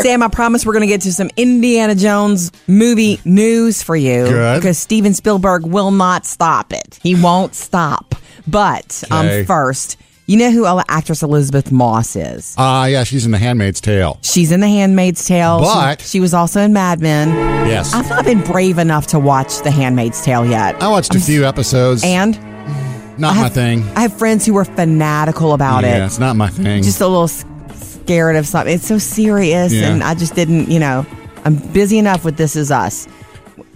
S3: Sam, I promise we're going to get to some Indiana Jones movie news for you
S2: Good.
S3: because Steven Spielberg will not stop it. He won't stop. But
S2: Okay.
S3: um, first, you know who El- actress Elizabeth Moss is.
S2: Ah, yeah, she's in The Handmaid's Tale.
S3: She's in The Handmaid's Tale. She-
S2: But-
S3: she was also in Mad Men.
S2: Yes.
S3: I've not been brave enough to watch The Handmaid's Tale yet.
S2: I watched a few episodes.
S3: And
S2: not
S3: I
S2: my
S3: have-
S2: thing.
S3: I have friends who are fanatical about
S2: yeah,
S3: it.
S2: it's not my thing.
S3: Just a little s- scared of something. It's so serious,
S2: Yeah.
S3: and I just didn't, you know, I'm busy enough with This Is Us.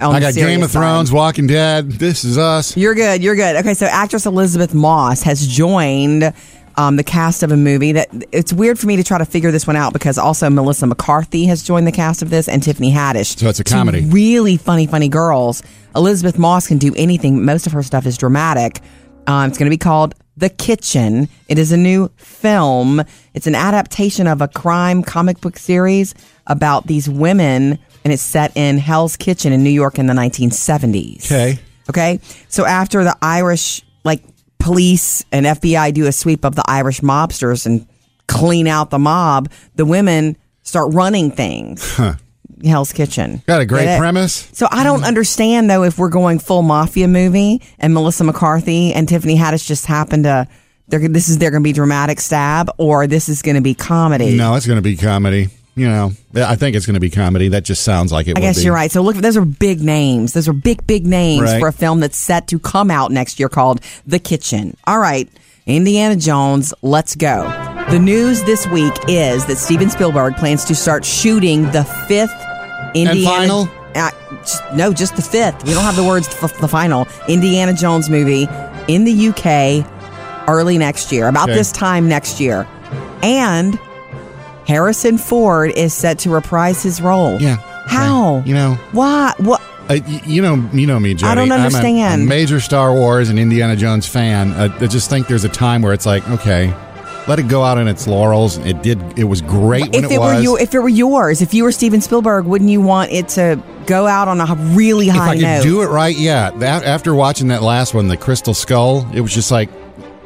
S3: on
S2: I
S3: the
S2: got Game
S3: serious
S2: of Thrones,
S3: side.
S2: Walking Dead. This is us.
S3: You're good. You're good. Okay, so actress Elizabeth Moss has joined um, the cast of a movie that it's weird for me to try to figure this one out because also Melissa McCarthy has joined the cast of this and Tiffany Haddish.
S2: So it's a
S3: Two
S2: comedy.
S3: really funny, funny girls. Elizabeth Moss can do anything. Most of her stuff is dramatic. Um, it's going to be called The Kitchen. It is a new film. It's an adaptation of a crime comic book series about these women, and it's set in Hell's Kitchen in New York in the 1970s.
S2: Okay.
S3: Okay. So after the Irish, like police and FBI do a sweep of the Irish mobsters and clean out the mob, the women start running things. Hell's Kitchen.
S2: Got a great
S3: Get it?
S2: premise.
S3: So I don't understand though if we're going full mafia movie and Melissa McCarthy and Tiffany Haddish just happen to they're, this is they're going to be dramatic stab or this is going to be comedy.
S2: No, it's going to be comedy. You know, I think it's going to be comedy. That just sounds like it.
S3: I
S2: would
S3: guess
S2: be.
S3: you're right. So look, those are big names. Those are big, big names
S2: Right.
S3: for a film that's set to come out next year called The Kitchen. All right, Indiana Jones, let's go. The news this week is that Steven Spielberg plans to start shooting the fifth Indiana
S2: final?
S3: Uh, just- no, just the fifth. We don't have the words for the final Indiana Jones movie in the UK early next year, about
S2: Okay.
S3: this time next year, and. Harrison Ford is set to reprise his role.
S2: Yeah.
S3: How?
S2: You know,
S3: Why? What?
S2: Uh, y- you know, you know me, Jody.
S3: I don't
S2: I'm a-
S3: understand.
S2: a major Star Wars and Indiana Jones fan. Uh, I just think there's a time where it's like, okay, let it go out on its laurels. It did. It was great when
S3: If
S2: it,
S3: it
S2: was.
S3: were you, if it were yours, if you were Steven Spielberg, wouldn't you want it to go out on a really
S2: if
S3: high
S2: I could
S3: note?
S2: do it right, yeah. That, after watching that last one, the Crystal Skull, it was just like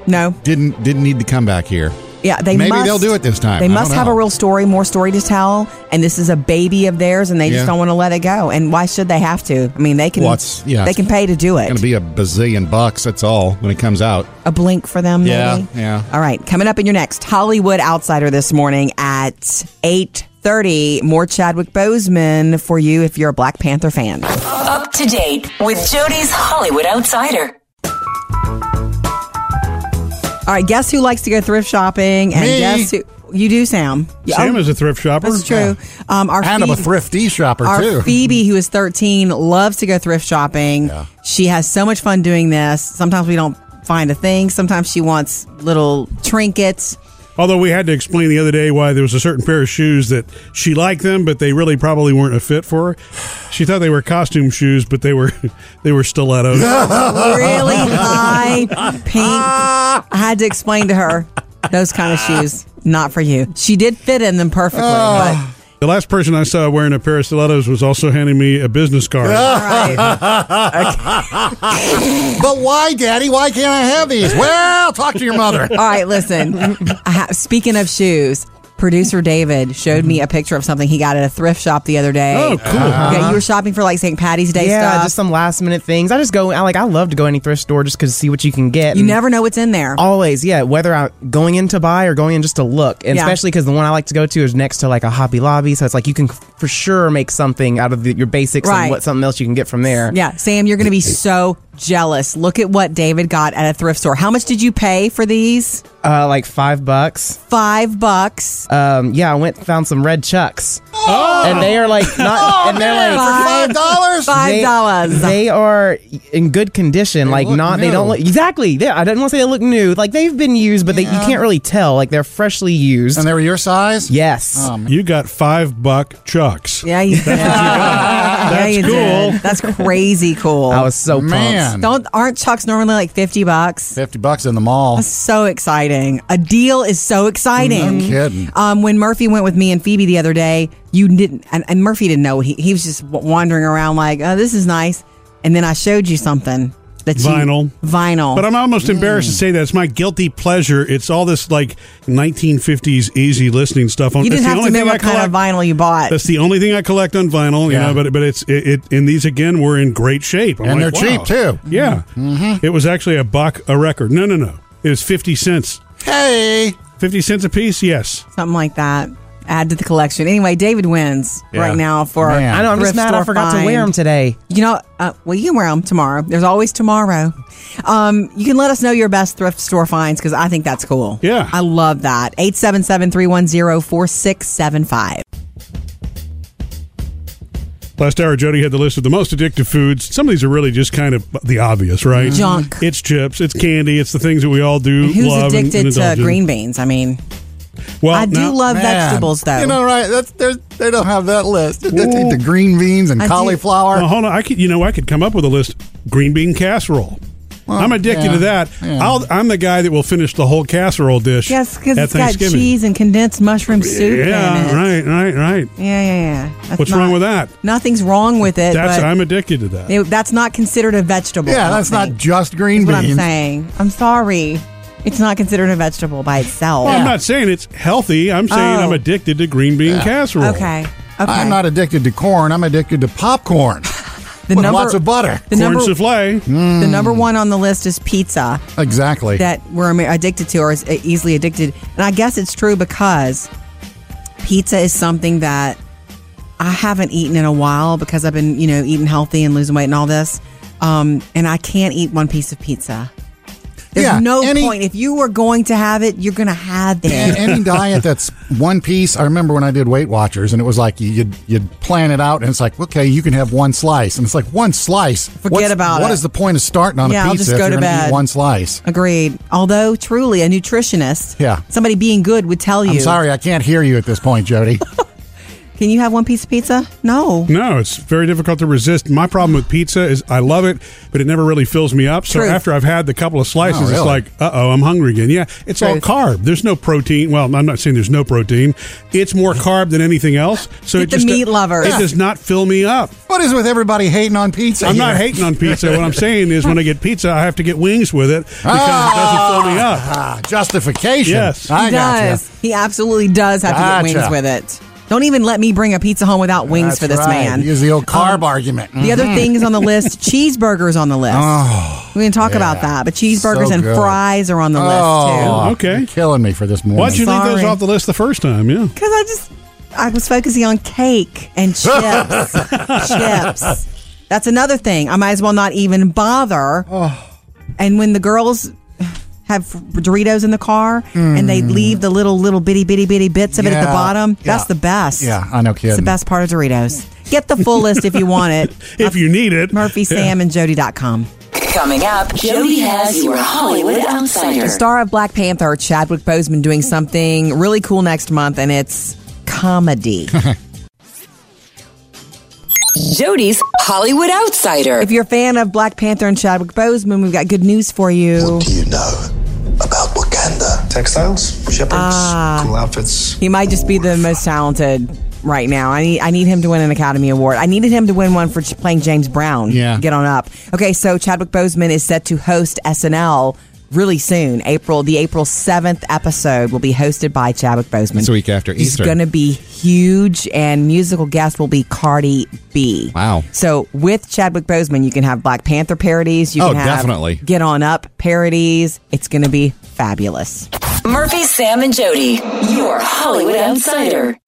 S3: no,
S2: didn't didn't need to come back here.
S3: yeah, they
S2: Maybe
S3: must-
S2: they'll do it this time.
S3: They
S2: I
S3: must
S2: don't
S3: have
S2: know.
S3: a real story, more story to tell, and this is a baby of theirs, and they
S2: Yeah.
S3: just don't want to let it go. And why should they have to? I mean, they can.
S2: Well, it's- yeah,
S3: they
S2: it's
S3: can pay to do
S2: Going
S3: it.
S2: to be a bazillion bucks. That's all when it comes out.
S3: a blink for them.
S2: Yeah,
S3: maybe?
S2: yeah.
S3: All right, coming up in your next Hollywood Outsider this morning at eight thirty. More Chadwick Boseman for you if you're a Black Panther fan.
S4: Up to date with Jody's Hollywood Outsider.
S3: All right, guess who likes to go thrift shopping? And
S2: Me.
S3: guess who you do, Sam. Yeah,
S1: Sam
S3: oh,
S1: is a thrift shopper.
S3: that's true. Um, our
S2: And I'm a
S3: Phoebe-
S2: thrifty shopper
S3: Our
S2: too.
S3: Phoebe, who is 13, loves to go thrift shopping. She has so much fun doing this. Sometimes we don't find a thing. Sometimes she wants little trinkets.
S1: Although we had to explain the other day why there was a certain pair of shoes that she liked them, but they really probably weren't a fit for her. She thought they were costume shoes, but they were they were stilettos.
S3: Really high pink. I had to explain to her those kind of shoes, not for you. She did fit in them perfectly,
S1: the last person I saw wearing a pair of stilettos was also handing me a business card.
S3: but all right.
S2: But why, Daddy? Why can't I have these? Well, talk to your mother.
S3: All right, listen. I ha- Speaking of shoes, producer David showed me a picture of something he got at a thrift shop the other day.
S1: Oh, cool.
S3: Yeah, you were shopping for like St. Patty's Day
S7: yeah,
S3: stuff.
S7: just some last minute things. I just go. I like. I love to go any thrift store just because see what you can get.
S3: you
S7: and
S3: never know what's in there.
S7: Always, yeah. Whether I'm going in to buy or going in just to look, and
S3: Yeah.
S7: especially because the one I like to go to is next to like a Hobby Lobby, so it's like you can for sure make something out of the, your basics
S3: Right.
S7: and what something else you can get from there.
S3: Yeah, Sam, you're going to be so jealous. Look at what David got at a thrift store. How much did you pay for these?
S7: Uh, like five bucks.
S3: Five bucks.
S7: Um, yeah, I went and found some red chucks,
S3: Oh!
S7: and they are like not, and they're like
S3: Five
S2: dollars?
S3: Oh, Five
S7: They-
S3: dollars.
S7: They are in good condition. like
S2: look
S7: not,
S2: new.
S7: they don't look exactly. They, I didn't want to say they look new. Like they've been used, but they, you can't really tell. Like they're freshly used.
S2: And they were your size? Oh,
S7: yes.
S1: You got five buck chucks.
S3: Yeah, you did. yeah, you
S1: That's
S3: did. That's crazy cool.
S7: I was so
S2: Man.
S3: Don't aren't chucks normally like fifty bucks?
S2: 50 bucks in the mall.
S3: So exciting. A deal is so exciting.
S2: No kidding.
S3: Um, when Murphy went with me and Phoebe the other day, you didn't, and, and Murphy didn't know. He, he was just w- wandering around like, oh, this is nice. And then I showed you something that you-
S1: Vinyl.
S3: vinyl.
S1: But I'm almost embarrassed to say that it's my guilty pleasure. It's all this like 1950s easy listening stuff. On
S3: you
S1: it's
S3: didn't
S1: the
S3: have to
S1: only
S3: know
S1: thing I
S3: what kind
S1: collect.
S3: of vinyl you bought.
S1: That's the only thing I collect on vinyl, you
S2: Yeah.
S1: know. But but it's it, it and these again were in great shape, I'm
S2: And
S1: like,
S2: they're
S1: wow.
S2: cheap, too. Mm-hmm.
S1: Yeah, it was actually a buck a record. No, no, no, it was fifty cents,
S2: Hey.
S1: fifty cents a piece. Yes,
S3: Something like that. Add to the collection. Anyway, David wins
S1: Yeah.
S3: right now for.
S2: Man.
S7: I know. I'm
S3: thrift
S7: just mad. I
S3: store
S7: forgot to wear
S3: find.
S7: them today.
S3: You know, uh, well, you can wear them tomorrow. There's always tomorrow. Um, you can let us know your best thrift store finds because I think that's cool.
S1: Yeah.
S3: I love that. 877 310 4675.
S1: last hour Jody had the list of the most addictive foods. Some of these are really just kind of the obvious, right?
S3: Junk.
S1: It's chips, it's candy, it's the things that we all do.
S3: Who's
S1: love and-
S3: addicted
S1: and
S3: to
S1: indulge in.
S3: green beans? I mean,
S1: Well,
S3: I do
S1: now-
S3: love
S2: Man.
S3: vegetables though.
S2: You know, right? That's, there's- they don't have that list. They take the green beans and
S3: I do- Oh,
S2: cauliflower.
S1: Well, hold on. I could, you know, I could come up with a list. Green bean casserole. I'm addicted
S2: yeah,
S1: to that.
S2: yeah.
S1: I'll, I'm the guy that will finish the whole casserole dish.
S3: yes,
S1: at
S3: because it's got
S1: Thanksgiving.
S3: cheese and condensed mushroom soup in
S1: Yeah,
S3: it.
S1: right, right, right.
S3: Yeah, yeah, yeah. That's
S1: What's
S3: not-
S1: wrong with that?
S3: Nothing's wrong with it.
S1: That's
S3: but
S1: I'm addicted to that.
S3: it- that's not considered a vegetable. I
S2: yeah,
S3: don't
S2: that's not
S3: think,
S2: just green
S3: is what I'm
S2: beans.
S3: saying. I'm sorry, it's not considered a vegetable by itself.
S1: Well, I'm not saying it's healthy. I'm saying
S3: Oh.
S1: I'm addicted to green bean casserole.
S3: okay. Okay.
S2: I'm not addicted to corn. I'm addicted to popcorn
S3: the
S2: with lots of butter.
S3: The
S1: Corn
S3: number,
S1: souffle.
S3: the number
S2: Hmm.
S3: one on the list is pizza.
S2: Exactly.
S3: that we're am- addicted to or is uh, easily addicted. And I guess it's true because pizza is something that I haven't eaten in a while because I've been, you know, eating healthy and losing weight and all this. Um, and I can't eat one piece of pizza. There's
S2: Yeah,
S3: no
S2: any-
S3: point. If you were going to have it, you're going to have
S2: And
S3: it.
S2: any diet that's one piece. I remember when I did Weight Watchers, and it was like you'd you'd plan it out, and it's like, okay, you can have one slice, and it's like one slice.
S3: Forget
S2: What's-
S3: about
S2: What
S3: it.
S2: is the point of starting on
S3: Yeah,
S2: a
S3: I'll
S2: pizza
S3: just
S2: if
S3: go
S2: you're
S3: to
S2: gonna
S3: bed.
S2: eat one slice?
S3: Agreed. Although, truly, a nutritionist,
S2: Yeah.
S3: somebody being good would tell you.
S2: I'm sorry, I can't hear you at this point, Jody.
S3: Can you have one piece of pizza? No.
S1: No, it's very difficult to resist. My problem with pizza is I love it, but it never really fills me up. So
S3: Truth.
S1: after I've had the couple of slices,
S2: Oh,
S1: it's
S2: really?
S1: like, uh oh, I'm hungry again. Yeah, it's all
S3: Truth.
S1: carb. There's no protein. Well, I'm not saying there's no protein. It's more carb than anything else. So
S3: Get
S1: it
S3: the
S1: just
S3: meat lovers.
S1: It
S3: Yeah.
S1: does not fill me up.
S2: What is with everybody hating on pizza?
S1: I'm not
S2: here?
S1: hating on pizza. What I'm saying is, when I get pizza, I have to get wings with it because it doesn't fill me up.
S2: Ah, justification.
S1: Yes.
S2: I
S3: he
S2: gotcha.
S3: does. He absolutely does have to get
S2: Gotcha.
S3: wings with it. Don't even let me bring a pizza home without
S2: That's
S3: wings for this
S2: right. Mm-hmm.
S3: man.
S2: Use the old carb
S3: Um,
S2: argument.
S3: The other things on the list, cheeseburgers on the list. we can talk about
S2: Oh, yeah.
S3: that, but cheeseburgers
S2: So
S3: and
S2: good.
S3: fries are on the list too.
S1: too. Okay.
S2: Oh, you're killing me for this morning.
S1: Why'd you leave those
S3: Sorry.
S1: off the list the first time? Yeah.
S3: Because I just I was focusing on cake and chips, chips. That's another thing. I might as well not even bother.
S2: Oh.
S3: And when the girls have Doritos in the car and they leave the little little bitty bitty bitty bits of it at the
S2: Hmm. Yeah,
S3: bottom, that's
S2: yeah.
S3: the best.
S2: Yeah, I know,
S3: It's the
S2: kidding.
S3: best part of Doritos. Get the full list if you want it.
S1: If you need it. Yeah.
S3: MurphySamandJody.com.
S4: Coming up, Jody has your Hollywood Outsider.
S3: The star of Black Panther, Chadwick Boseman, doing something really cool next month, and it's comedy.
S4: Jody's Hollywood Outsider.
S3: if you're a fan of Black Panther and Chadwick Boseman, we've got good news for you.
S5: Do you know about Wakanda? Textiles, shepherds, cool outfits.
S3: He might just be the most talented right now. I need, I need him to win an Academy Award. I needed him to win one for ch- playing James Brown.
S2: Yeah.
S3: Get on up. Okay, so Chadwick Boseman is set to host SNL really soon. April, the April 7th episode will be hosted by Chadwick Boseman.
S9: It's a week after
S3: He's
S9: Easter.
S3: going to be huge, and musical guest will be Cardi B.
S9: Wow.
S3: So with Chadwick Boseman, you can have Black Panther parodies. You
S9: Oh,
S3: can have
S9: definitely.
S3: Get on up parodies. It's going to be fabulous.
S4: Murphy, Sam, and Jody, your Hollywood Outsider.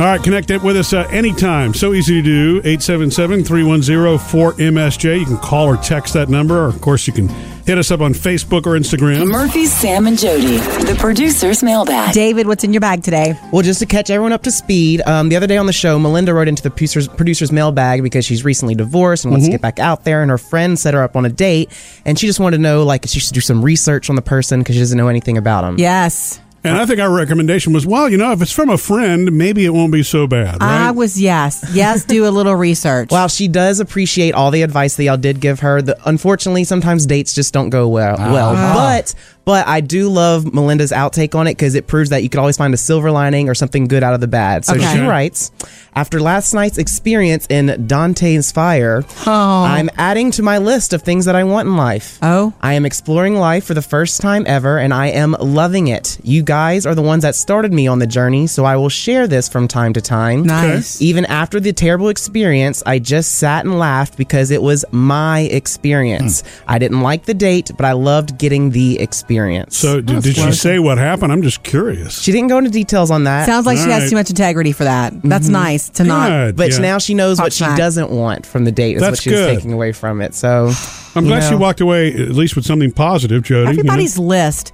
S1: All right, connect it with us uh, anytime. So easy to do. 877-310-4MSJ. You can call or text that number. Or, of course, you can hit us up on Facebook or Instagram.
S4: Murphy, Sam, and Jody, the producer's mailbag.
S3: David, what's in your bag today?
S7: Well, just to catch everyone up to speed, um, the other day on the show, Melinda wrote into the producer's, producer's mailbag because she's recently divorced and wants to get back out there, and her friend set her up on a date, and she just wanted to know like if she should do some research on the person because she doesn't know anything about him.
S3: Yes.
S1: And I think our recommendation was, well, you know, if it's from a friend, maybe it won't be so bad,
S3: I
S1: right?
S3: was yes. Yes, do a little research.
S7: While she does appreciate all the advice that y'all did give her, the, unfortunately sometimes dates just don't go well. well,
S3: Ah.
S7: but but I do love Melinda's outtake on it because it proves that you could always find a silver lining or something good out of the bad. So
S3: Okay.
S7: she
S1: Okay.
S7: writes, after last night's experience in Dante's Fire, I'm adding to my list of things that I want in life.
S3: Oh.
S7: I am exploring life for the first time ever, and I am loving it. You guys are the ones that started me on the journey, so I will share this from time to time.
S3: Nice.
S7: Even after the terrible experience, I just sat and laughed because it was my experience. I didn't like the date, but I loved getting the experience.
S1: so did, did she say what happened? I'm just curious.
S7: she didn't go into details on that.
S3: Sounds like she has
S1: Alright.
S3: too much integrity for that. That's
S2: Mm-hmm.
S3: nice to not.
S1: Good,
S7: but
S1: yeah.
S7: now she knows what she
S3: Pop-pop.
S7: doesn't want from the date is
S1: That's
S7: what she was
S1: good.
S7: taking away from it. So
S1: I'm
S7: you
S1: glad she
S7: know.
S1: walked away at least with something positive, Jody. you know?
S3: Everybody's list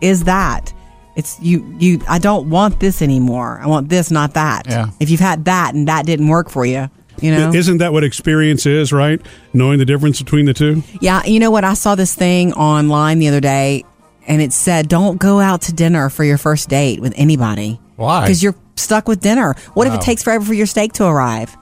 S3: is that. It's you you I don't want this anymore. I want this, not that.
S2: Yeah.
S3: If you've had that and that didn't work for you, you know.
S1: Isn't that what experience is, right? Knowing the difference between the two?
S3: Yeah, you know what? I saw this thing online the other day, and it said, "Don't go out to dinner for your first date with anybody."
S2: Why?
S3: Because you're stuck with dinner. What if
S2: Wow.
S3: it takes forever for your steak to arrive,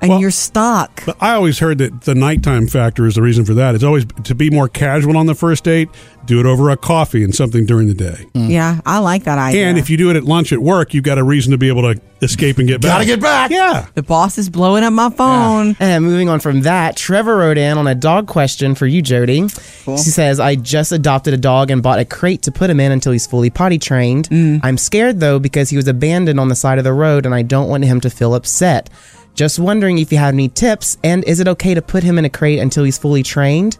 S3: and
S1: Well-
S3: you're stuck?
S1: But I always heard that the nighttime factor is the reason for that. It's always to be more casual on the first date, do it over a coffee and something during the day.
S3: Yeah, Mm. I like that idea.
S1: Mm-hmm. And if you do it at lunch at work, you've got a reason to be able to escape and get back.
S2: Gotta get back.
S1: Yeah.
S3: the boss is blowing up my phone.
S7: And moving on from that, Trevor wrote in on a dog question for you, Jody. She says, I just adopted a dog and bought a crate to put him in until he's fully potty trained. I'm scared though because he was abandoned on the side of the road and I don't want him to feel upset. Just wondering if you have any tips and is it okay to put him in a crate until he's fully trained?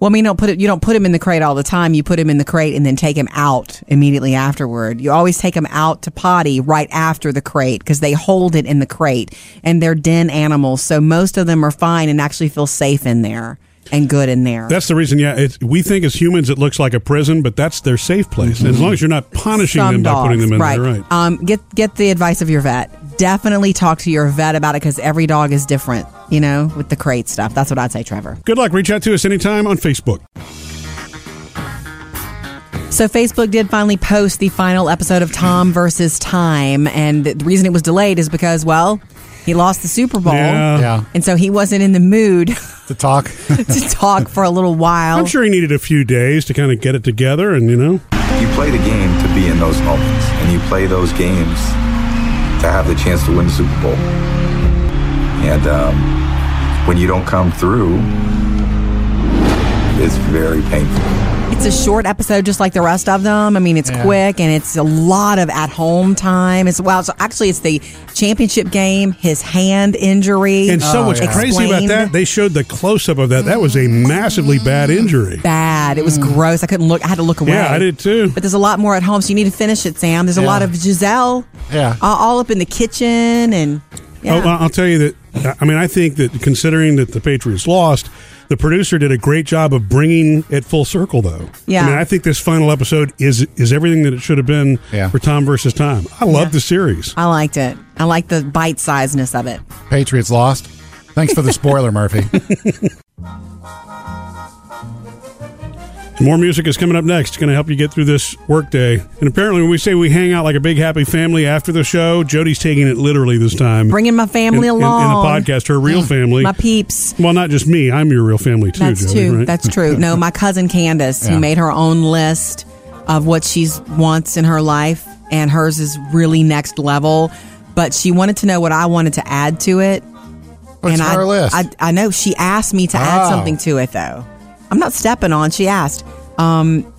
S3: Well, I mean, you don't put it. You don't put him in the crate all the time. You put him in the crate and then take him out immediately afterward. You always take him out to potty right after the crate because they hold it in the crate and they're den animals, so most of them are fine and actually feel safe in there and good in there.
S1: That's the reason, yeah. It's, we think as humans it looks like a prison, but that's their safe place. As long as you're not punishing
S3: Mm-hmm. Some
S1: them by putting
S3: dogs,
S1: them in
S3: right.
S1: there, right?
S3: Um, get get the advice of your vet. Definitely talk to your vet about it because every dog is different. You know, with the crate stuff. That's what I'd say, Trevor.
S1: Good luck. Reach out to us anytime on Facebook.
S3: So Facebook did finally post the final episode of Tom versus Time, and the reason it was delayed is because well, he lost the Super Bowl,
S1: Yeah.
S2: Yeah.
S3: and so he wasn't in the mood
S2: To talk.
S3: to talk for a little while.
S1: I'm sure he needed a few days to kind of get it together, and you know,
S9: You play the game to be in those moments, and you play those games to have the chance to win the Super Bowl. And um, when you don't come through, it's very painful.
S3: It's a short episode, just like the rest of them. I mean, it's quick and it's a lot of at home time as well. So actually, it's the championship game, his hand injury. Uh,
S1: and so what's crazy about
S3: Explained.
S1: that? They showed the close up of that. That was a massively bad injury.
S3: Bad. It was gross. I couldn't look. I had to look away.
S1: Mm. Yeah, I did too.
S3: But there's a lot more at home, so you need to finish it, Sam. There's a
S2: Yeah.
S3: lot of Giselle.
S2: Yeah.
S3: All, all up in the kitchen and. Yeah.
S1: Oh, well, I'll tell you that. I mean, I think that considering that the Patriots lost, the producer did a great job of bringing it full circle, though.
S3: Yeah.
S1: I mean, I think this final episode is is everything that it should have been
S2: Yeah.
S1: for Tom versus Time. I love the series.
S3: I liked it. I liked the bite sizeness of it.
S2: Patriots lost. Thanks for the spoiler, Murphy.
S1: More music is coming up next. It's going to help you get through this workday. And apparently, when we say we hang out like a big happy family after the show, Jody's taking it literally this time.
S3: Bringing my
S1: in,
S3: family
S1: in- in the
S3: along.
S1: podcast, her real family.
S3: My peeps.
S1: well, not just me. I'm your real family too.
S3: That's
S1: Jody,
S3: true.
S1: right?
S3: That's true. No, my cousin Candace,
S2: Yeah.
S3: who made her own list of what she wants in her life, and hers is really next level. But she wanted to know what I wanted to add to it.
S2: What's
S3: and
S2: our
S3: I,
S2: list? Ah.
S3: I, I know she asked me to add
S2: Wow.
S3: something to it, though. I'm not stepping on. She asked, um,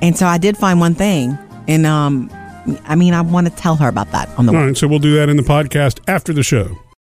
S3: and so I did find one thing, and um, I mean, I want to tell her about that on the
S1: All right, so we'll do that in the podcast after the show.